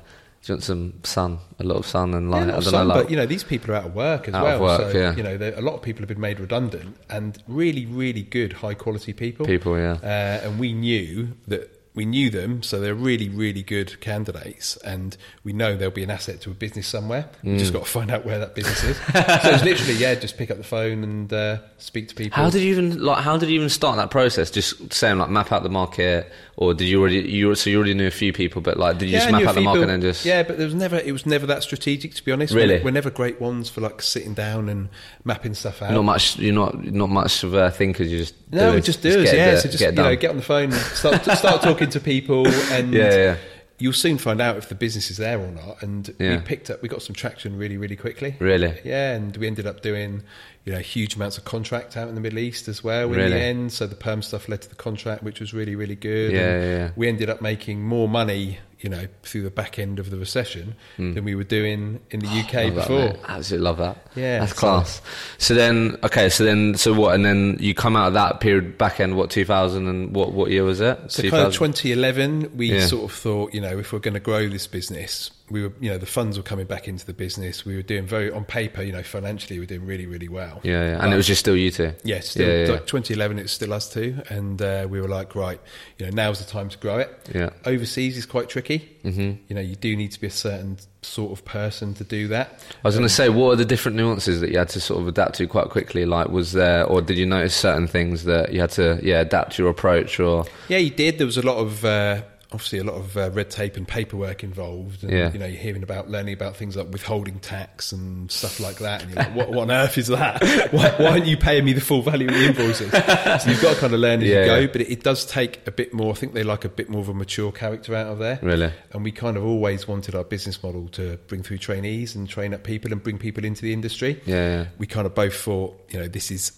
do you want some sun, a lot of sun, and Yeah, like, not I don't some, know, like, but you know, these people are out of work as Out of well. work, so yeah. you know, there- a lot of people have been made redundant, and really, really good, high quality people. people, yeah. uh, and we knew that we knew them, so they're really, really good candidates, and we know there'll be an asset to a business somewhere. We've Mm. just got to find out where that business is. so it's literally, yeah, just pick up the phone and uh, speak to people. How did you even like? How did you even start that process? Just saying like, map out the market, or did you already? You so you already knew a few people, but like, did you just I map knew a out the few market people- and just? yeah, but there was never it was never that strategic to be honest. Really? we're, we're never great ones for like sitting down and mapping stuff out. Not much. You're not not much of a thinker. You just no, do we it. just do it. get it Yeah, done- so just get you it know, done. get on the phone, and start start talking to people, and Yeah, yeah. you'll soon find out if the business is there or not. And Yeah. we picked up, we got some traction really, really quickly. Really? yeah, and we ended up doing you know huge amounts of contract out in the Middle East as well. In Really? the end, so the perm stuff led to the contract, which was really, really good. Yeah, And yeah, yeah. we ended up making more money, you know, through the back end of the recession than we were doing in the UK Hmm. Love that, before. mate. Absolutely love that. Yeah, that's so- class. So then, okay, so then, so what? And then you come out of that period back end. What two thousand and what what year was it? So kind of 2011, we Yeah. sort of thought, you know, if we're going to grow this business, we were, you know, the funds were coming back into the business. We were doing very, on paper, you know, financially, we were doing really, really well. Yeah, yeah, and it was just still you two. Yeah, still Yeah, yeah, yeah. like 2011, it's still us two, and uh, we were like, right, you know, now's the time to grow it. Yeah. overseas is quite tricky. Mm-hmm. You know, you do need to be a certain sort of person to do that. I was going to say, what are the different nuances that you had to sort of adapt to quite quickly? Like, was there, or did you notice certain things that you had to, yeah, adapt your approach or? Yeah, you did. There was a lot of uh, obviously a lot of uh, red tape and paperwork involved, and Yeah. you know, you're hearing about learning about things like withholding tax and stuff like that. And you're like, what, what on earth is that? Why, why aren't you paying me the full value of the invoices? So you've got to kind of learn as Yeah. you go, but it, it does take a bit more. I think they like a bit more of a mature character out of there. Really? And we kind of always wanted our business model to bring through trainees and train up people and bring people into the industry. Yeah, yeah. We kind of both thought, you know, this is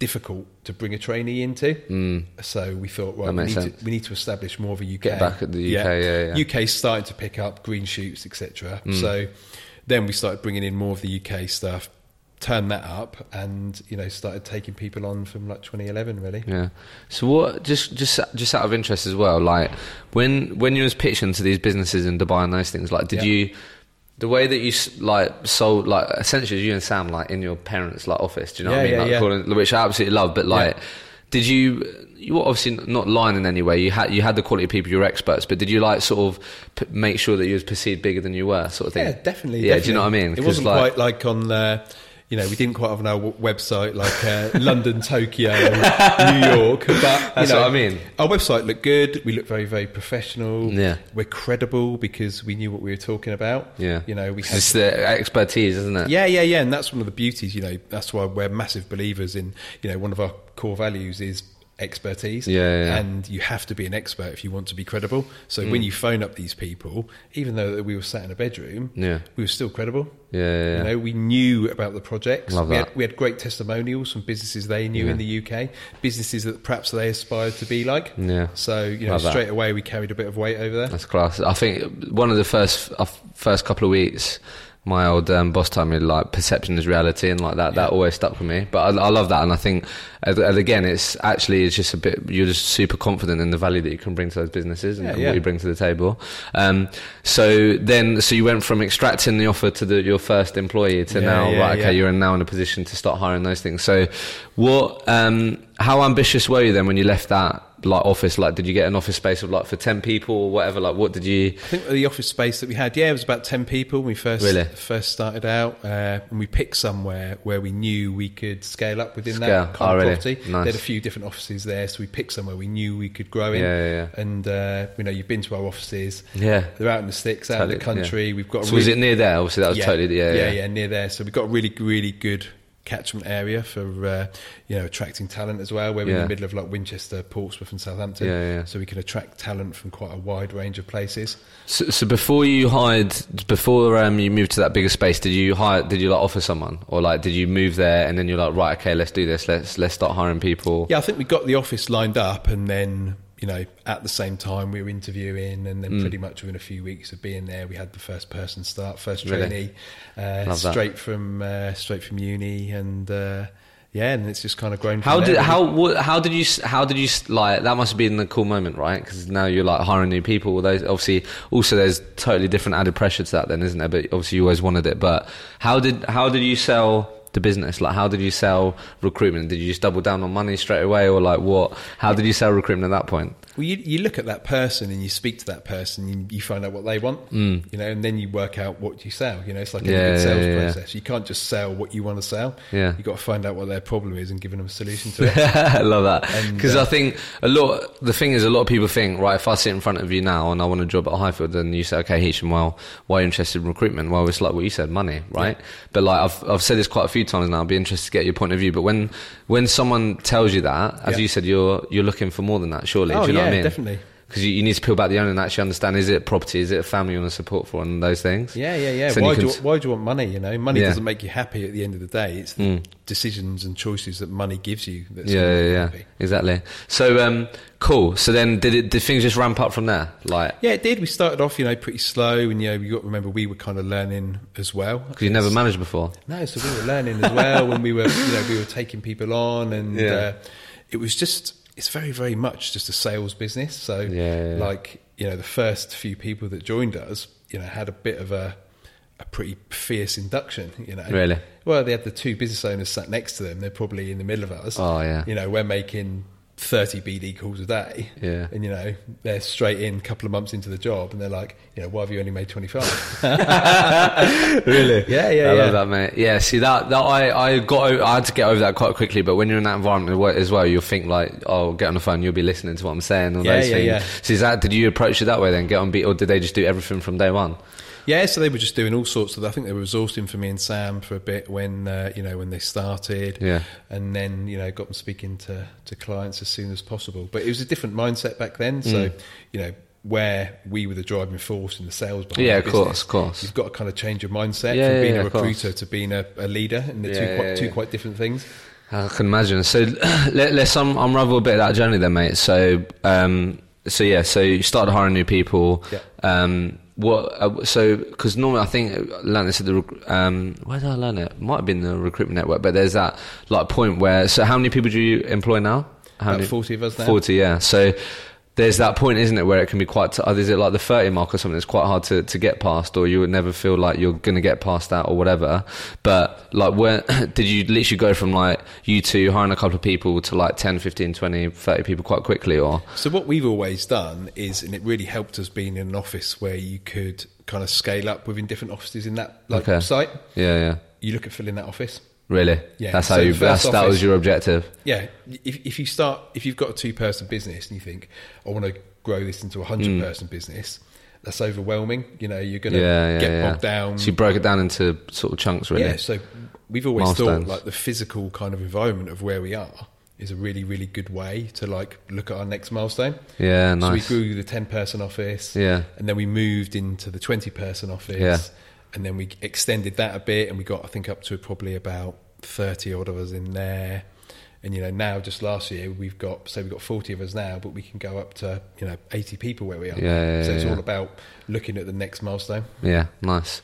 difficult to bring a trainee into. Mm. So we thought, right, we makes need, to, sense. we need to establish more of a UK. Get back at the UK, yeah, Mm. yeah. UK's starting to pick up green shoots, etc. So then we started bringing in more of the UK stuff, turned that up, and, you know, started taking people on from like 2011, really. Yeah. So what? Just just just out of interest as well, like when when you was pitching to these businesses in Dubai and those things, like did Yeah. you the way that you s- like sold like essentially you and Sam like in your parents' like office, do you know what I Yeah, mean? yeah, like, yeah. calling, which I absolutely love, but like. Did you? You were obviously not lying in any way. You had you had the quality of people, you were experts, but did you like sort of p- make sure that you was perceived bigger than you were, sort of thing? Yeah, definitely. Yeah, do you definitely. know what I mean? It 'Cause, wasn't like, quite like on, uh, you know, we didn't quite have on our w- website like uh, London, Tokyo, New York. But you That's know, what I mean. Our website looked good. We looked very, very professional. Yeah. we're credible because we knew what we were talking about. yeah, you know, we It's had just the expertise, isn't it? yeah, yeah, yeah, and that's one of the beauties. You know, that's why we're massive believers in. You know, one of our core values is expertise. Yeah, yeah, Mm. yeah. and you have to be an expert if you want to be credible. So when you phone up these people, even though we were sat in a bedroom, Yeah. we were still credible. Yeah, yeah, yeah. You know, we knew about the projects. Love we, that. Had, we had great testimonials from businesses they knew Yeah. in the UK, businesses that perhaps they aspired to be like. Yeah. So you know, Love that. straight away we carried a bit of weight over there. That's class. I think one of the first uh, first couple of weeks, my old um, boss told me like perception is reality and like that. That always stuck with me. But I, I love that, and I think uh, and and again, it's actually it's just a bit. You're just super confident in the value that you can bring to those businesses and, Yeah, and yeah. what you bring to the table. Um, so then, so you went from extracting the offer to the, your first employee to Yeah, now, yeah, right? Okay, yeah. you're now in a position to start hiring those things. So, what? Um, how ambitious were you then when you left that? like office like did you get an office space of like for 10 people or whatever like what did you I think the office space that we had, yeah, it was about ten people when we first Really? first started out, uh, and we picked somewhere where we knew we could scale up within Scale. that kind Oh, of really? property. Nice. They had a few different offices there, so we picked somewhere we knew we could grow in. Yeah, yeah, yeah. And uh, you know, you've been to our offices. Yeah. they're out in the sticks, out in the Totally, yeah. country. We've got. A So was really- it near there? Obviously, that was totally yeah, yeah, yeah, near there. So we've got a really, really good catchment area for uh, you know attracting talent as well. We're in Yeah. the middle of like Winchester, Portsmouth, and Southampton. Yeah, yeah. So we can attract talent from quite a wide range of places. So, so before you hired, before um, you moved to that bigger space, did you hire? Did you like offer someone, or like did you move there and then you're like, right, okay, let's do this, let's let's start hiring people. Yeah, I think we got the office lined up, and then you know at the same time we were interviewing, and Mm. then pretty much within a few weeks of being there, we had the first person start, first Really? trainee, uh, Love that. straight from uh, straight from uni, and uh, yeah, and it's just kind of grown. From How there, did really. how what, how did you s- how did you s- like that must have been a cool moment right because now you're like hiring new people those obviously also there's totally different added pressure to that then isn't there but obviously you always wanted it but how did how did you sell the business like how did you sell recruitment did you just double down on money straight away or like what how did you sell recruitment at that point Well, you, you look at that person and you speak to that person, and you find out what they want, you know, and then you work out what you sell. You know, it's like any Mm. Yeah, good yeah, sales yeah, yeah. process. You can't just sell what you want to sell. Yeah. you've got to find out what their problem is and give them a solution to it. I love that And, because uh, I think a lot. The thing is, a lot of people think, right? If I sit in front of you now and I want a job at Highfield, and you say, okay, Heesham, well, why are you interested in recruitment? Well, it's like what you said, money, right? But like I've I've said this quite a few times now. I'd be interested to get your point of view. But when when someone tells you that, as Yeah. you said, you're you're looking for more than that, surely. Oh, do you know yeah, what I mean? definitely. because you, you need to peel back the onion and actually understand is it a property, is it a family you want to support for, and those things. Yeah, yeah, yeah. So then why, you do can you, s- why do you want money? You know, money Yeah. Mm. doesn't make you happy at the end of the day. It's the decisions and choices that money gives you. That's Yeah, gonna make yeah, you yeah, happy. exactly. So, um, cool. So then, did it? Did things just ramp up from there? Like, Yeah, it did. We started off, you know, pretty slow, and you know, you got to remember we were kind of learning as well. because you never managed before. No, so we were learning as well, and we were, you know, we were taking people on, and Yeah. uh, it was just, it's very, very much just a sales business. So, Yeah, yeah. like, you know, the first few people that joined us, you know, had a bit of a, a pretty fierce induction. You know, Really? Well, they had the two business owners sat next to them. They're probably in the middle of us. Oh, yeah. You know, we're making. 30 BD calls a day. Yeah. And, you know, they're straight in a couple of months into the job and they're like, you know, why have you only made 25? really? Yeah, I yeah, yeah. love that, mate. Yeah, see that that I I got o- I had to get over that quite quickly. But when you're in that environment wa- as well, you'll think like, oh, get on the phone. You'll be listening to what I'm saying. All Yeah, those yeah, things. yeah. So is that did you approach it that way then? Get on beat, or did they just do everything from day one? Yeah, so they were just doing all sorts of. I think they were resourcing for me and Sam for a bit when uh, you know when they started. Yeah. and then you know got them speaking to to clients as soon as possible. But it was a different mindset back then. So Mm. you know where we were the driving force in the sales. Behind Yeah, the of course, business, of course. You've got to kind of change your mindset Yeah, from yeah, being yeah, a of course. recruiter to being a, a leader, and they're two, Yeah, quite, yeah, two yeah. quite different things. I can imagine. So let, let's um, unravel a bit of that journey then, mate. So, um, so yeah, so you started hiring new people. Yeah. Um, what? Uh, so, because normally I think I learned this at the rec- um, where did I learn it? Might have been the recruitment network, but there's that like point where. So, how many people do you employ now? How About many? 40 of us now. Forty, yeah. So. There's that point, isn't it, where it can be quite. T- oh, is it like the 30 mark or something? It's quite hard to, to get past, or you would never feel like you're going to get past that or whatever. But like, where did you literally go from like you two hiring a couple of people to like 10, 15, 20, 30 people quite quickly? Or So what we've always done is, and it really helped us being in an office where you could kind of scale up within different offices in that like Okay. site. yeah, yeah, You look at filling that office. really. Yeah, That's how so you. first That's, that office- was your objective. Yeah, if, if you start, if you've got a two person business and you think, I want to grow this into a Hmm. hundred person business, that's overwhelming. You know, you're going to Yeah, yeah, get yeah. bogged down. So you broke it down into sort of chunks, really. Um, Yeah, so we've always Milestones. thought like the physical kind of environment of where we are is a really, really good way to like look at our next milestone. Yeah, nice. So we grew the 10 person office. Yeah. And then we moved into the 20 person office. Yeah. And then we extended that a bit and we got, I think, up to probably about 30 odd of us in there. And, you know, now just last year we've got, so we've got 40 of us now, but we can go up to, you know, 80 people where we are. Yeah, yeah, so it's yeah. all about looking at the next milestone. Yeah, nice.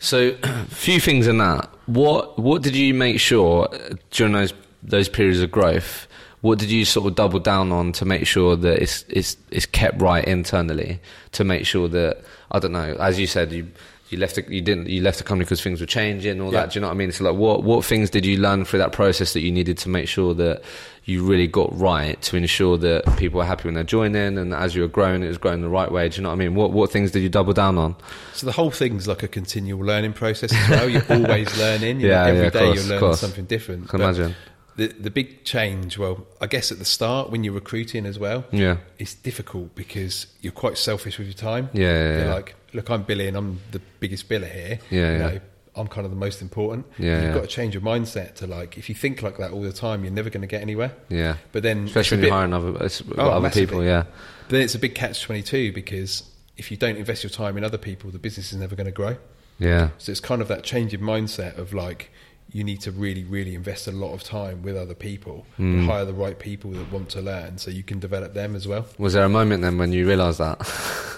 So, few things in that. What what did you make sure uh, during those those periods of growth? What did you sort of double down on to make sure that it's it's it's kept right internally? To make sure that I don't know, as you said, you you left the, you didn't you left the company because things were changing, all Yeah. that. Do you know what I mean? So, like, what what things did you learn through that process that you needed to make sure that you really got right to ensure that people were happy when they're joining, and as you were growing, it was growing the right way. Do you know what I mean? What what things did you double down on? So the whole thing's like a continual learning process as well. You're always learning. You Yeah, know, yeah, every of day course, of you're learning course. something different. Can But imagine. The, the big change, well, I guess at the start when you're recruiting as well, Yeah. it's difficult because you're quite selfish with your time. Yeah, yeah, You're yeah. like, look, I'm Billy and I'm the biggest biller here. Yeah, You yeah. know, I'm kind of the most important. Yeah, You've yeah. got to change your mindset to like, if you think like that all the time, you're never going to get anywhere. Yeah. But then, it's Especially a when you're bit- hiring other, it's got Oh, other massively. people, yeah. but then it's a big catch 22 because if you don't invest your time in other people, the business is never going to grow. Yeah. So it's kind of that change in mindset of like you need to really, really invest a lot of time with other people, Hmm. and hire the right people that want to learn, so you can develop them as well. Was there a moment then when you realised that?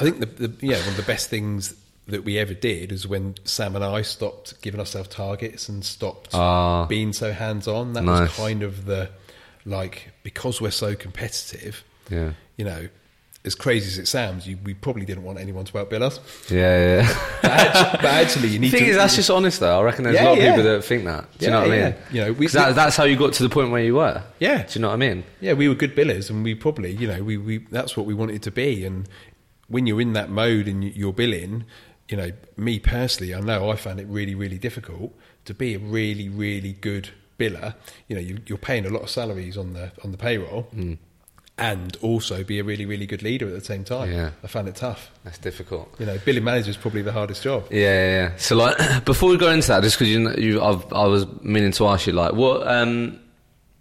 I think the, the yeah one of the best things that we ever did is when Sam and I stopped giving ourselves targets and stopped Ah. being so hands on. That Nice. was kind of the like because we're so competitive, Yeah. you know. As crazy as it sounds, you, we probably didn't want anyone to outbid us. Yeah, yeah. But actually, but actually you The need thing to. is, that's just honest though. I reckon there's a Yeah, lot of people yeah. that think that. Do you Yeah, know what I yeah. mean? You know, we- 'Cause that, that's how you got to the point where you were. Yeah. Do you know what I mean? Yeah, we were good billers, and we probably, you know, we, we that's what we wanted to be. And when you're in that mode and you- you're billing, you know, me personally, I know I found it really, really difficult to be a really, really good biller. You know, you, you're paying a lot of salaries on the on the payroll, Hmm. and also be a really, really good leader at the same time. Yeah. I found it tough. That's difficult. You know, billing manager is probably the hardest job. Yeah, yeah, yeah. So, like, before we go into that, just because you, know, you I've, I was meaning to ask you, like, what um,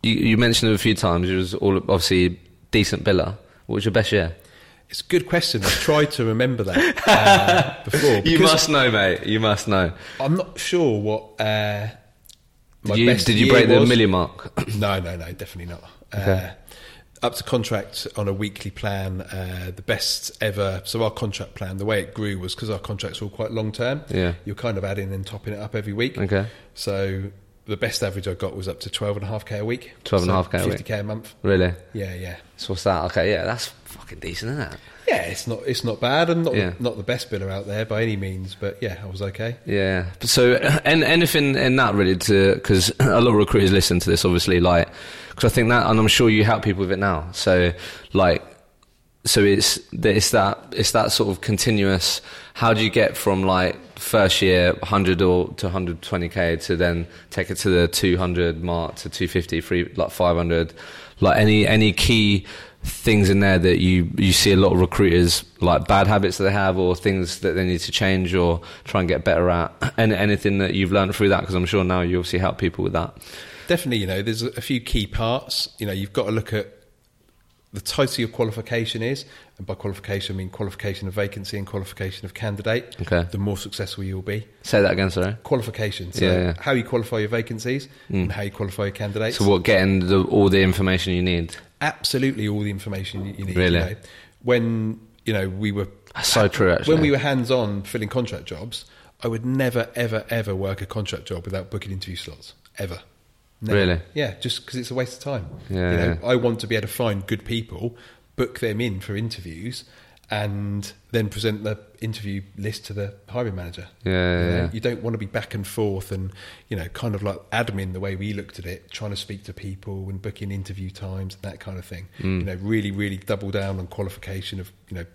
you, you mentioned it a few times. It was all obviously decent biller. What was your best year? It's a good question. I've tried to remember that uh, before. You because must know, mate. You must know. I'm not sure what uh, my Did you, best did you year break the was. million mark? No, no, no, definitely not. Okay. Uh, up to contract on a weekly plan, uh, the best ever. So our contract plan, the way it grew was because our contracts were all quite long term. Yeah. you're kind of adding and topping it up every week. Okay. So the best average I got was up to twelve and a half k a week. 12.5K a so week. 50k a month. Really? Yeah, yeah, So what's that? Okay, yeah, that's fucking decent, isn't it? yeah. It's not it's not bad. I'm not Yeah. not the best biller out there by any means, but yeah, I was okay. Yeah. So, and anything in that really, to because a lot of recruiters listen to this, obviously, like because I think that, and I'm sure you help people with it now. So, like, so it's that it's that it's that sort of continuous. How do you get from like first year 100 or to 120k to then take it to the 200 mark to 250, three, like 500? Like any any key things in there that you you see a lot of recruiters like bad habits that they have or things that they need to change or try and get better at and anything that you've learned through that because i'm sure now you obviously help people with that Definitely, you know, there's a few key parts. You know, you've got to look at the title your qualification is, and by qualification I mean qualification of vacancy and qualification of candidate. Okay. The more successful you'll be. say that again sorry Qualifications. So Yeah, yeah. how you qualify your vacancies and how you qualify your candidates. so what getting the, all the information you need Absolutely all the information you need. Really? You know. When you know, we were that's so true actually when we were hands on filling contract jobs, I would never, ever, ever work a contract job without booking interview slots. Ever. Never. Really? Yeah, just because it's a waste of time. Yeah, You know, I want to be able to find good people, book them in for interviews, and then present the interview list to the hiring manager. Yeah, yeah, You, know, Uh, yeah. you don't want to be back and forth and, you know, kind of like admin the way we looked at it, trying to speak to people and booking interview times and that kind of thing. Mm. You know, really, really double down on qualification of, you know,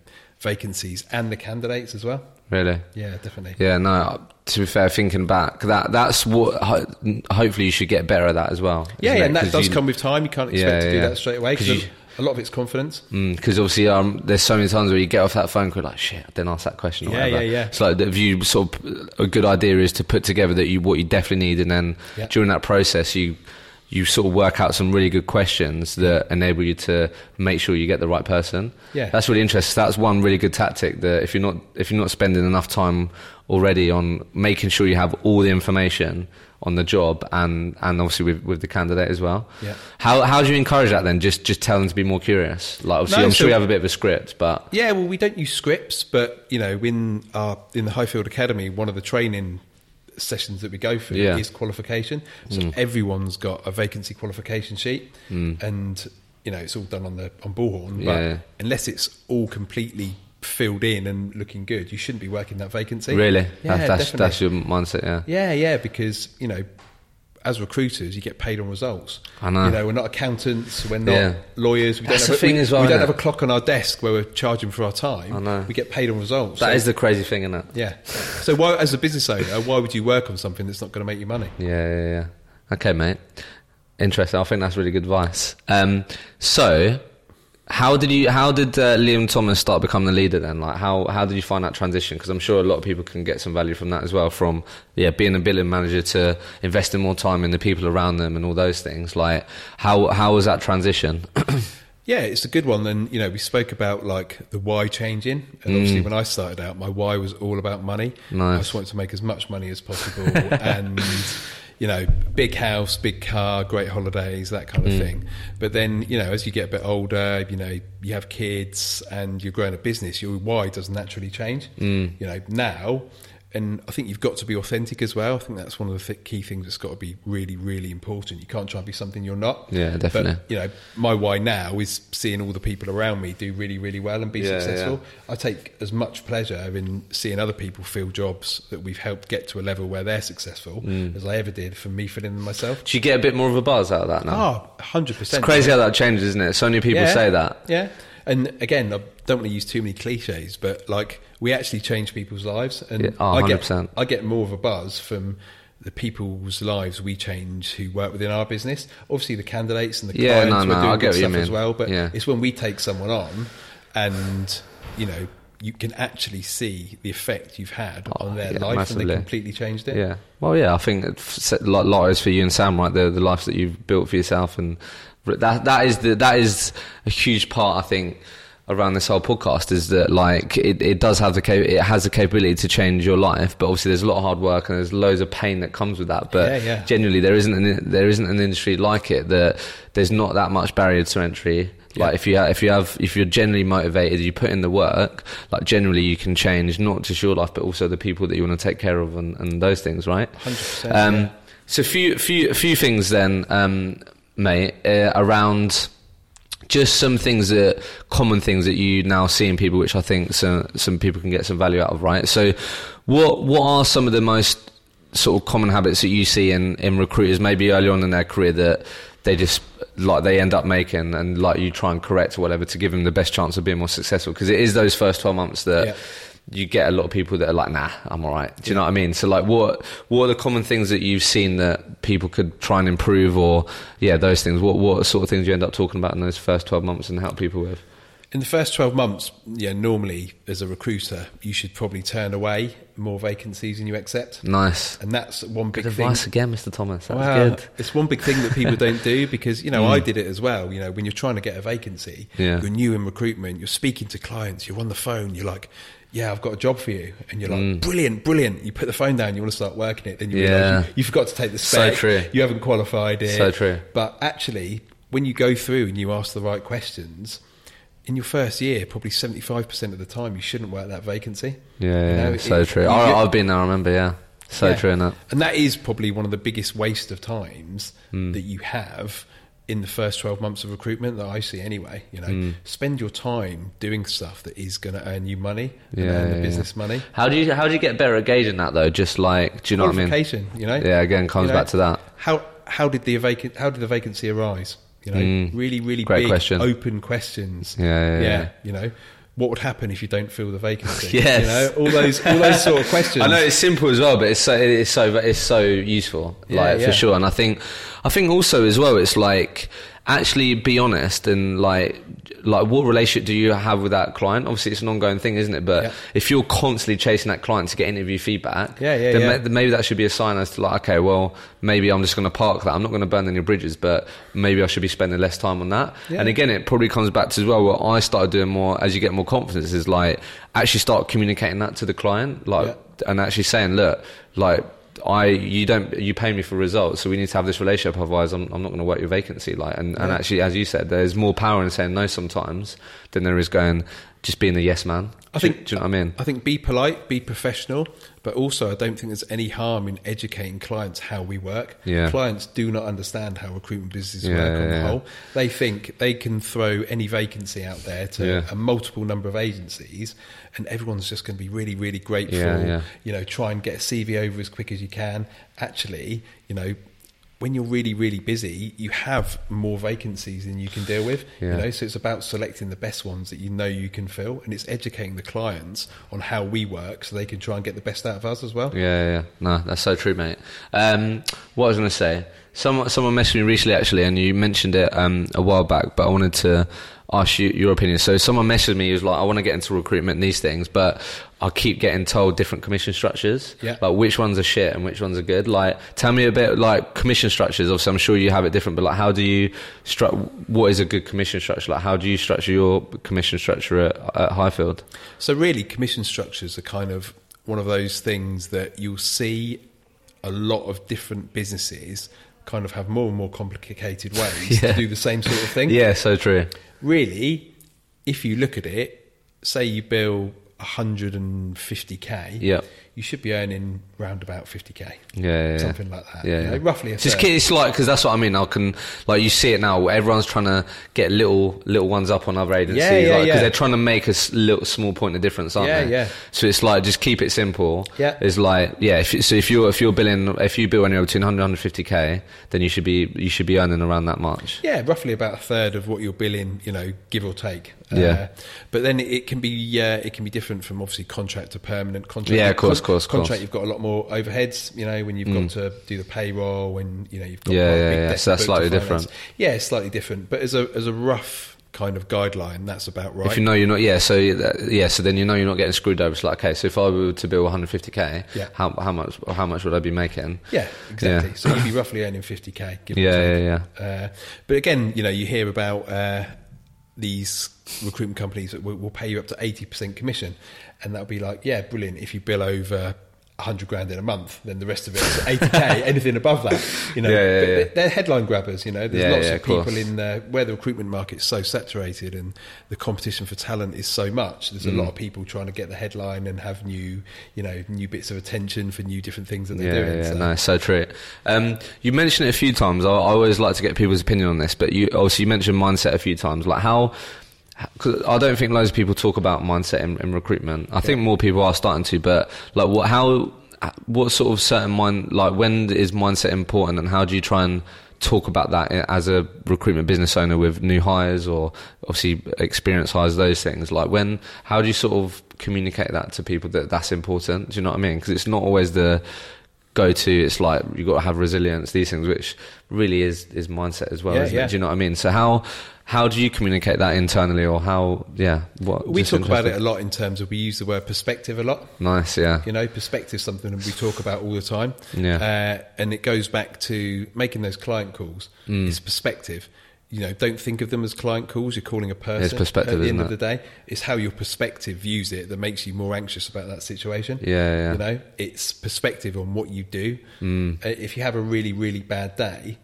vacancies and the candidates as well. really Yeah, definitely. Yeah, no. To be fair, thinking back, that that's what. ho- Hopefully, you should get better at that as well. Yeah, yeah, and that does come with time. You can't expect Yeah, to do yeah. that straight away 'Cause because you- a lot of it's confidence. Because obviously, um, there's so many times where you get off that phone call like, "Shit, I didn't ask that question." Or Yeah, whatever. yeah, yeah. It's like if you sort of a good idea is to put together that you what you definitely need, and then Yeah. during that process, you you sort of work out some really good questions that enable you to make sure you get the right person. Yeah. that's really interesting. That's one really good tactic that if you're not if you're not spending enough time already on making sure you have all the information on the job and and obviously with, with the candidate as well. Yeah. How how do you encourage that then? Just just tell them to be more curious. Like obviously No, I'm sure so- you have a bit of a script, but Yeah, well, we don't use scripts, but you know, in our in the Highfield Academy, one of the training sessions that we go through Yeah. Mm. is qualification. So everyone's got a vacancy qualification sheet, and you know, it's all done on the on Bullhorn. But Yeah. unless it's all completely filled in and looking good, you shouldn't be working that vacancy. really, yeah, that's that's, definitely. that's your mindset. Yeah. Yeah, yeah, because you know, as recruiters, you get paid on results. I know. You know, we're not accountants, we're not Yeah. lawyers. We That's the don't have a, thing we, as well, We don't innit? have a clock on our desk where we're charging for our time. I know. We get paid on results. That so, is the crazy thing, isn't it? yeah. So, why, as a business owner, why would you work on something that's not going to make you money? Yeah, yeah, yeah. Okay, mate. Interesting. I think that's really good advice. Um, so, how did you? How did uh, Liam Thomas start becoming the leader then? Like, how how did you find that transition? Because I'm sure a lot of people can get some value from that as well. From yeah, being a billing manager to investing more time in the people around them and all those things. Like, how how was that transition? Yeah, it's a good one. And you know, we spoke about like the why changing, and obviously when I started out, my why was all about money. Mm. Nice. I just wanted to make as much money as possible, and you know, big house, big car, great holidays, that kind Mm. of thing. But then you know, as you get a bit older, you know, you have kids and you're growing a business, your why does naturally change. Mm. You know, now. And I think you've got to be authentic as well. I think that's one of the th- key things that's got to be really, really important. You can't try and be something you're not. Yeah, But, definitely. you know, my why now is seeing all the people around me do really, really well and be Yeah, successful. I take as much pleasure in seeing other people fill jobs that we've helped get to a level where they're successful Mm. as I ever did from me filling them myself. Do you get a bit more of a buzz out of that now? Oh, 100%. Mm. It's crazy how that changes, isn't it? So many people Yeah. say that. Yeah. And again, I don't want to use too many cliches, but like we actually change people's lives. And Yeah. Oh, I, get, 100%. I get more of a buzz from the people's lives we change who work within our business. Obviously, the candidates and the Yeah, clients no, no, we're doing I get good what you stuff as mean. well. But Yeah. it's when we take someone on and, you know, you can actually see the effect you've had Oh, on their yeah, life and massively. they completely changed it. Yeah. Well, yeah. I think it's like lives for you and Sam, right? The the life that you've built for yourself, and that that is the that is a huge part. I think around this whole podcast is that like it, it does have the cap- it has the capability to change your life, but obviously there's a lot of hard work and there's loads of pain that comes with that. But Yeah, yeah. generally, there isn't an, there isn't an industry like it that there's not that much barrier to entry. Like Yeah. if you ha- if you have if you're generally motivated, you put in the work. Like generally, you can change not just your life, but also the people that you want to take care of and, and those things, right? 100%, Um, yeah. So few few few things then, um, mate, uh, around just some things that common things that you now see in people, which I think some some people can get some value out of, right? So, what what are some of the most sort of common habits that you see in in recruiters, maybe early on in their career that they just like they end up making and like you try and correct or whatever to give them the best chance of being more successful because it is those first 12 months that Yeah. you get a lot of people that are like, nah, I'm all right. Do you know what I mean? So, like, what what are the common things that you've seen that people could try and improve, or yeah, those things? What what sort of things you end up talking about in those first twelve months and help people with? In the first 12 months, yeah, normally as a recruiter, you should probably turn away more vacancies than you accept. Nice And that's one big good thing. advice again, Mr. Thomas. That's Wow. good. Mm. It's one big thing that people don't do because, you know, I did it as well. You know, when you're trying to get a vacancy, Yeah. you're new in recruitment, you're speaking to clients, you're on the phone, you're like, yeah, I've got a job for you. And you're like, brilliant, brilliant. You put the phone down, you want to start working it. Then you Mm. Yeah. realize you, you forgot to take the So spec. true. You haven't qualified it. So true. But actually, when you go through and you ask the right questions, in your first year, probably 75% of the time, you shouldn't work that vacancy. Yeah, You yeah know, so it- true. you I, get- I've been there. I remember. Yeah, so Yeah. true in that. and that is probably one of the biggest waste of times Hmm. that you have in the first 12 months of recruitment that I see anyway. You know, Hmm. spend your time doing stuff that is going to earn you money and Yeah, earn yeah, the yeah. business money. How do you how do you get better at gauging that though? Just like, do you know what I mean? Qualification, you know? Yeah, again, comes You know, back to that. How, how, did the vacan- how did the vacancy arise? You know, really, really Hmm. Great big, question. open questions. Yeah, yeah, yeah. You know, what would happen if you don't fill the vacancy? Yes. You know, all those, all those sort of questions. I know it's simple as well, but it's so it's so it's so useful, Yeah, like yeah. for sure. And I think I think also as well, it's like actually be honest and like like what relationship do you have with that client? Obviously, it's an ongoing thing, isn't it? But Yeah. if you're constantly chasing that client to get interview feedback, Yeah, yeah, then yeah. ma- maybe that should be a sign as to like, okay, well, maybe I'm just going to park that. I'm not going to burn any bridges, but maybe I should be spending less time on that. Yeah. And again, it probably comes back to as well what I started doing more as you get more confidence is like actually start communicating that to the client, like, and actually saying, look, like. I you don't you pay me for results, so we need to have this relationship. Otherwise, I'm, I'm not going to work your vacancy. Like and, and actually, as you said, there's more power in saying no sometimes than there is going just being a yes man. I Do- think- do you know what I mean? I think be polite, be professional, but also I don't think there's any harm in educating clients how we work. Yeah. Clients do not understand how recruitment businesses Yeah, work on yeah, the yeah. whole. They think they can throw any vacancy out there to Yeah. a multiple number of agencies and everyone's just going to be really, really grateful. Yeah, yeah. You know, try and get a CV over as quick as you can. Actually, you know, when you're really, really busy, you have more vacancies than you can deal with. Yeah. You know, so it's about selecting the best ones that you know you can fill, and it's educating the clients on how we work so they can try and get the best out of us as well. Yeah, yeah, yeah. No, that's so true, mate. Um, what I was going to say, someone someone messaged me recently actually, and you mentioned it um, a while back, but I wanted to ask you your opinion. So someone messaged me, he was like, I want to get into recruitment and these things, but I keep getting told different commission structures. Yeah. Like which ones are shit and which ones are good. Like, tell me a bit like commission structures. Obviously, I'm sure you have it different, but like, how do you stru- What is a good commission structure? Like, how do you structure your commission structure at, at Highfield? So really, commission structures are kind of one of those things that you'll see a lot of different businesses kind of have more and more complicated ways Yeah. to do the same sort of thing. Yeah, so true. Really, if you look at it, say you bill 150k, Yeah. you should be earning round about 50k. Yeah, yeah, yeah. something like that. Yeah, you know, yeah. roughly a It's, just, third. ki- it's like because that's what I mean. I can like you see it now. Everyone's trying to get little little ones up on other agencies Yeah, yeah, because yeah. they're trying to make a s- little small point of difference, aren't Yeah, they? yeah. So it's like just keep it simple. Yeah. It's like yeah. If, you- so if you're if you're billing if you bill anywhere between 100 150k, then you should be you should be earning around that much. Yeah, roughly about a third of what you're billing, you know, give or take. Uh, Yeah. but then it can be uh, it can be different from obviously contract to permanent contract. Yeah, of course, Con- course, course. Mm. Contract, you've got a lot more overheads. You know, when you've got to do the payroll, when you know you've got Yeah, quite a yeah, big yeah. debt So that's to book to slightly finance. different. Yeah, it's slightly different, but as a as a rough kind of guideline, that's about right. If you know you're not, yeah, so you- that- yeah, so then you know you're not getting screwed over. It's like, okay, so if I were to bill 150k, Yeah. how how much how much would I be making? yeah, exactly. So you'd be roughly earning fifty k. Yeah, yeah, yeah. Uh, but again, you know, you hear about uh, these recruitment companies that will, will pay you up to 80% commission. And that'll be like, yeah, brilliant. If you bill over 100 grand in a month, then the rest of it is 80k, anything above that. You know, Yeah, yeah, But yeah. they- they're headline grabbers, you know. There's Yeah, lots yeah, of of course. people in there where the recruitment market's so saturated and the competition for talent is so much. Mm. There's a lot of people trying to get the headline and have new, you know, new bits of attention for new different things that they're Yeah, doing. yeah, so. no, it's so true. Um, you mentioned it a few times. I, I always like to get people's opinion on this, but you obviously you mentioned mindset a few times. Like how, cause I don't think loads of people talk about mindset in, in recruitment. I think more people are starting to, but like what, how, what sort of certain mind, like when is mindset important, and how do you try and talk about that i- as a recruitment business owner with new hires or obviously experienced hires those things like when how do you sort of communicate that to people that that's important do you know what i mean because it's not always the go to it's like you've got to have resilience these things which really is is mindset as well Yeah, isn't yeah. it do you know what i mean so how how do you communicate that internally or how yeah what We just talk about it interested. a lot in terms of we use the word perspective a lot. nice yeah You know, perspective's something that we talk about all the time. Yeah. Uh, and it goes back to making those client calls. Mm. It's perspective. You know, don't think of them as client calls. You're calling a person. perspective, At the isn't end of the day, it's how your perspective views it that makes you more anxious about that situation. Yeah, Mm. yeah. You know, it's perspective on what you do. Uh, If you have a really, really bad day,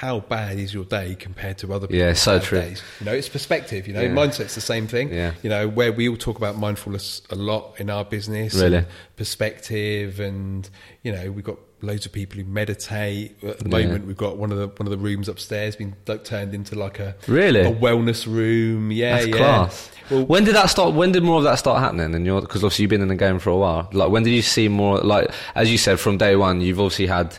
how bad is your day compared to other Yeah, people's so bad true. days? You know, it's perspective. You know, Yeah. mindset's the same thing. Yeah. You know, where we all talk about mindfulness a lot in our business Really? and perspective and you know we've got loads of people who meditate at the moment we've got one of the one of the rooms upstairs been like, turned into like a Really? a wellness room yeah That's yeah class. well when did that start? When did more of that start happening? And you're because obviously you've been in the game for a while. Like when did you see more? Like as you said from day one, you've obviously had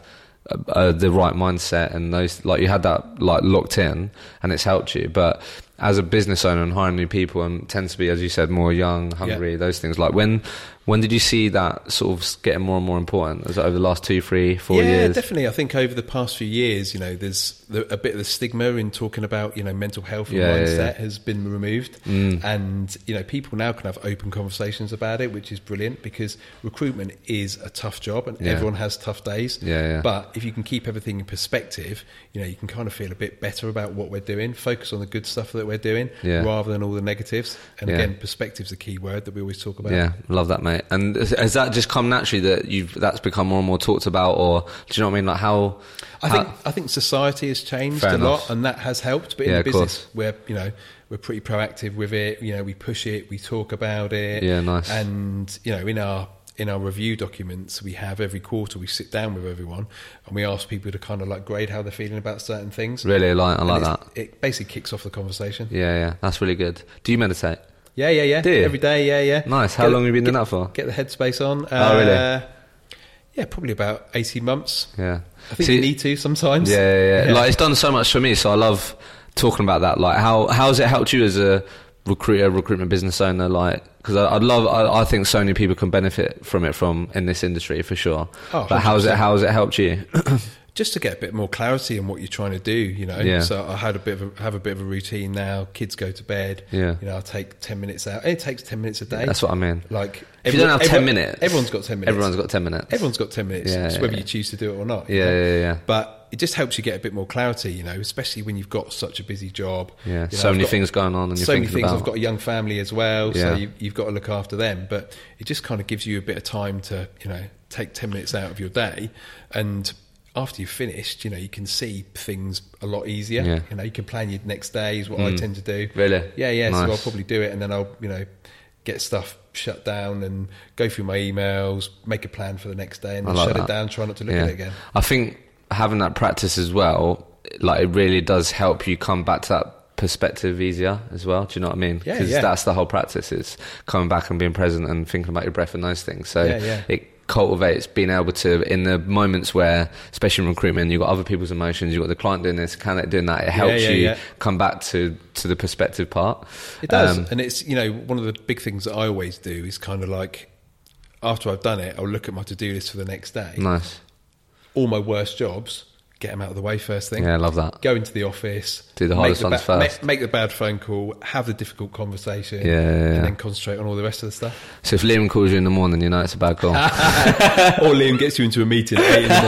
uh, uh, the right mindset and those like you had that like locked in and it's helped you. But as a business owner and hiring new people and tends to be as you said more young, hungry, those things. Like when when did you see that sort of getting more and more important? Was it over the last two, three, four yeah, years? definitely. I think over the past few years, you know, there's the, a bit of the stigma in talking about, you know, mental health and Yeah, yeah, mindset yeah. Mm. has been removed. And, you know, people now can have open conversations about it, which is brilliant because recruitment is a tough job and Yeah. everyone has tough days. Yeah, yeah. But if you can keep everything in perspective, you know, you can kind of feel a bit better about what we're doing, focus on the good stuff that we're doing Yeah. rather than all the negatives. And Yeah. again, perspective's a key word that we always talk about. Yeah, love that, mate. And has- has that just come naturally that you've that's become more and more talked about, or do you know what I mean? Like how? I how- think I think society has changed Fair a enough. lot, and that has helped. But Yeah, in the of business, we're you know we're pretty proactive with it. You know, we push it, we talk about it. Yeah, nice. And you know, in our in our review documents, we have every quarter we sit down with everyone and we ask people to kind of like grade how they're feeling about certain things. really like I like And that. it's- It basically kicks off the conversation. Yeah, yeah, that's really good. Do you meditate? Yeah, yeah, yeah. Do you? Every day, yeah, yeah. Nice. How Get- long have you been get, doing that for? Get the headspace on. Uh, Oh, really? Yeah, probably about eighteen months. Yeah, I think See- you need to sometimes. Yeah, yeah, yeah. Like it's done so much for me, so I love talking about that. Like how how's it helped you as a recruiter, recruitment business owner? Like because I'd love, I, I think so many people can benefit from it from in this industry for sure. Oh, but how's it 100%. how's it helped you? just to get a bit more clarity on what you're trying to do, you know. Yeah. So I had a bit of a, have a bit of a routine now. Kids go to bed. Yeah. You know, I take ten minutes out. It takes ten minutes a day. that's what I mean. Like If you don't have ten everyone- minutes, everyone's got ten minutes. Everyone's got ten minutes. Everyone's got ten minutes. Yeah, it's yeah, whether yeah. you choose to do it or not. you Yeah, know? yeah, yeah, yeah. But it just helps you get a bit more clarity, you know, especially when you've got such a busy job. Yeah, You know, so I've many got- things going on, and you're so many thinking things. about. I've got a young family as well, so Yeah. you, you've got to look after them. But it just kind of gives you a bit of time to, you know, take ten minutes out of your day, and after you've finished, you know, you can see things a lot easier. Yeah. You know, you can plan your next day. Is what I tend to do. Really? Yeah, yeah. Nice. So I'll probably do it, and then I'll, you know. Get stuff shut down and go through my emails, make a plan for the next day, and I then like shut that. it down. Try not to look at it again. I think having that practice as well, like it really does help you come back to that perspective easier as well. Do you know what I mean? Yeah, 'Cause yeah. that's the whole practice is coming back and being present and thinking about your breath and those things. So Yeah, yeah. it cultivates being able to in the moments where, especially in recruitment, you've got other people's emotions, you've got the client doing this, candidate doing that. It helps yeah, you yeah. come back to to the perspective part. It does, Um, and it's you know one of the big things that I always do is kind of like after I've done it, I'll look at my to do list for the next day. nice. All my worst jobs, get them out of the way first thing. Yeah, I love that. Go into the office, Do the make hardest ones ba- ma- first. Make, the bad phone call, have the difficult conversation, Yeah, yeah, yeah. and then concentrate on all the rest of the stuff. So if Liam calls you in the morning, you know it's a bad call. or Liam gets you into a meeting at eight in the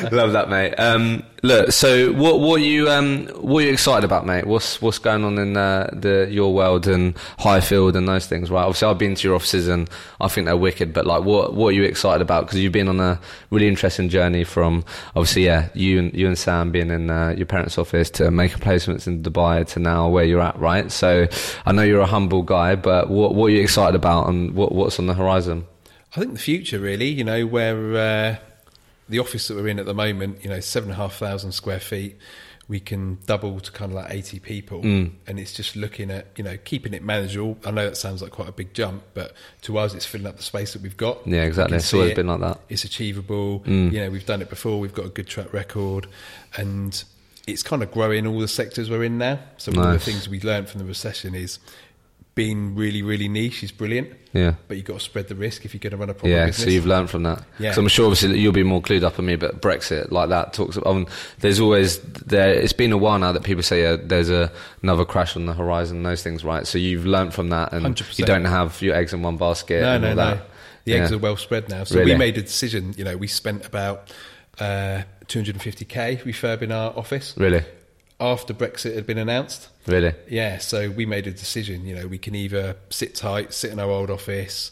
morning. Love that, mate. Um, Look, so what what you um what you excited about, mate? What's what's going on in uh, the your world and Highfield and those things, right? Obviously, I've been to your offices and I think they're wicked. But like, what what are you excited about? Because you've been on a really interesting journey from obviously, yeah, you and you and Sam being in uh, your parents' office to making placements in Dubai to now where you're at, right? So I know you're a humble guy, but what what are you excited about and what what's on the horizon? I think the future, really, you know, where uh, the office that we're in at the moment, you know, seven and a half thousand square feet, we can double to kind of like 80 people. Mm. And it's just looking at, you know, keeping it manageable. I know that sounds like quite a big jump, but to us, it's filling up the space that we've got. Yeah, We exactly. can It's see always it. been like Mm. that. It's achievable. You know, we've done it before. We've got a good track record. And it's kind of growing all the sectors we're in now. So one of Nice. the things we learned from the recession is being really, really niche is brilliant. Yeah. But you've got to spread the risk if you're going to run a proper Yeah, business. so you've learned from that. Yeah. So I'm sure, obviously, that you'll be more clued up on me, but Brexit, like that, talks. I mean, there's always there. It's been a while now that people say uh, there's a, another crash on the horizon. Those things, right? So you've learned from that, and 100%. you don't have your eggs in one basket. No, and no, all no. that. The eggs Yeah. are well spread now. So Really? we made a decision. You know, we spent about uh, 250k refurbing our office Really, after Brexit had been announced. really. Yeah, so we made a decision. You know, we can either sit tight, sit in our old office,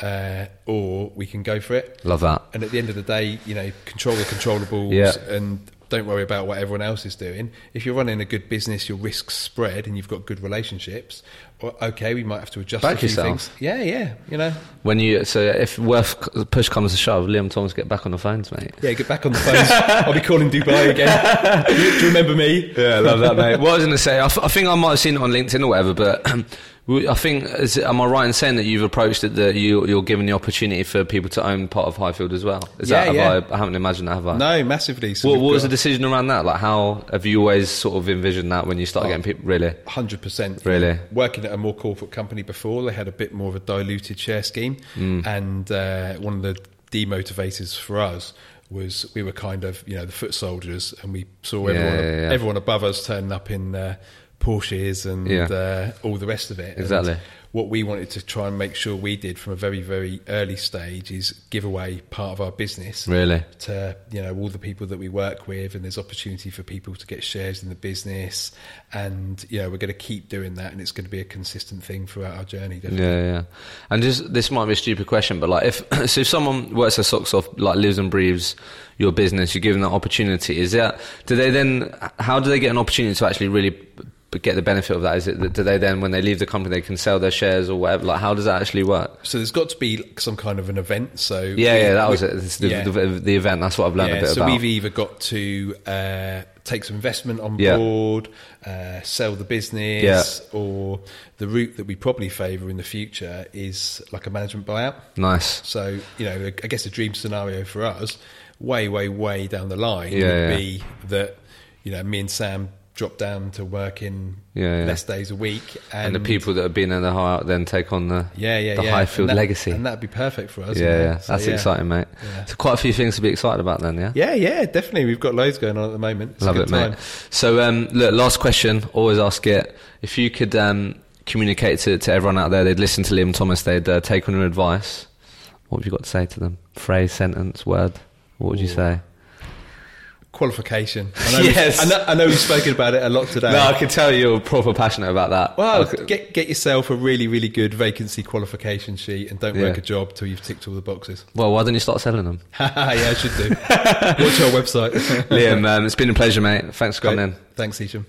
uh, or we can go for it. Love that. And at the end of the day, you know, control the controllables Yeah. and don't worry about what everyone else is doing. If you're running a good business, your risks spread and you've got good relationships. Well, okay, we might have to adjust Back a few yourself. things. Yeah, yeah, you know. When you so if worth push comes to shove, Liam Thomas get back on the phones, mate. Yeah, get back on the phones. I'll be calling Dubai again. do, you, do you remember me? Yeah, I love that, mate. What I was going to say, I, f- I think I might have seen it on LinkedIn or whatever, but we- I think, is, am I right in saying that you've approached it that you, you're giving the opportunity for people to own part of Highfield as well? Is Yeah, that, have yeah. I, I haven't imagined that, have I? No, massively. So What, what was the we've got decision around that? Like, how have you always sort of envisioned that when you start Oh. getting people, really? 100%. Really? Working at a more corporate company before, they had a bit more of a diluted share scheme. Hmm. And uh, one of the demotivators for us was we were kind of, you know, the foot soldiers and we saw Yeah, everyone, yeah, yeah. everyone above us turning up in uh, Porsches and Yeah. uh, all the rest of it. And Exactly. what we wanted to try and make sure we did from a very, very early stage is give away part of our business. Really? to you know all the people that we work with and there's opportunity for people to get shares in the business and you know we're going to keep doing that and it's going to be a consistent thing throughout our journey definitely. Yeah, yeah. And just this might be a stupid question, but like, if so, if someone works their socks off, like lives and breathes your business, you give them that opportunity. Is that do they then? How do they get an opportunity to actually really b- get the benefit of that? Is it that do they then when they leave the company they can sell their shares or whatever? Like, how does that actually work? so there's got to be like, some kind of an event so Yeah, we- yeah, that we- was it. It's the, yeah. the, the event. That's what I've learned Yeah, a bit so about. we've either got to uh, take some investment on Yeah. board, uh, sell the business, Yeah. or the route that we probably favour in the future is like a management buyout. nice. So, you know, I guess a dream scenario for us, way, way, way down the line, Yeah, would yeah. be that, you know, me and Sam drop down to working Yeah, yeah. less days a week. And, And, the people that have been in the high then take on the yeah, yeah, the yeah. Highfield and that- legacy. And that'd be perfect for us. yeah, you know? yeah, So, that's exciting, mate. Yeah. So quite a few things to be excited about then, yeah. Yeah, yeah, definitely. We've got loads going on at the moment. It's a Love good it, mate. time. So, um, look, last question. Always ask it. If you could um, communicate to, to everyone out there, they'd listen to Liam Thomas, they'd uh, take on your advice. What have you got to say to them? Phrase, sentence, word. What would you say? Qualification. I know, Yes. we've, I, know, I know we've spoken about it a lot today. No, I can tell you're proper passionate about that. Uh, Well, I could- get get yourself a really, really good vacancy qualification sheet and don't work Yeah. a job till you've ticked all the boxes. well, why don't you start selling them, yeah, I should do. Watch our website. Liam? Um, it's been a pleasure, mate. Thanks for coming in. Thanks, Isham.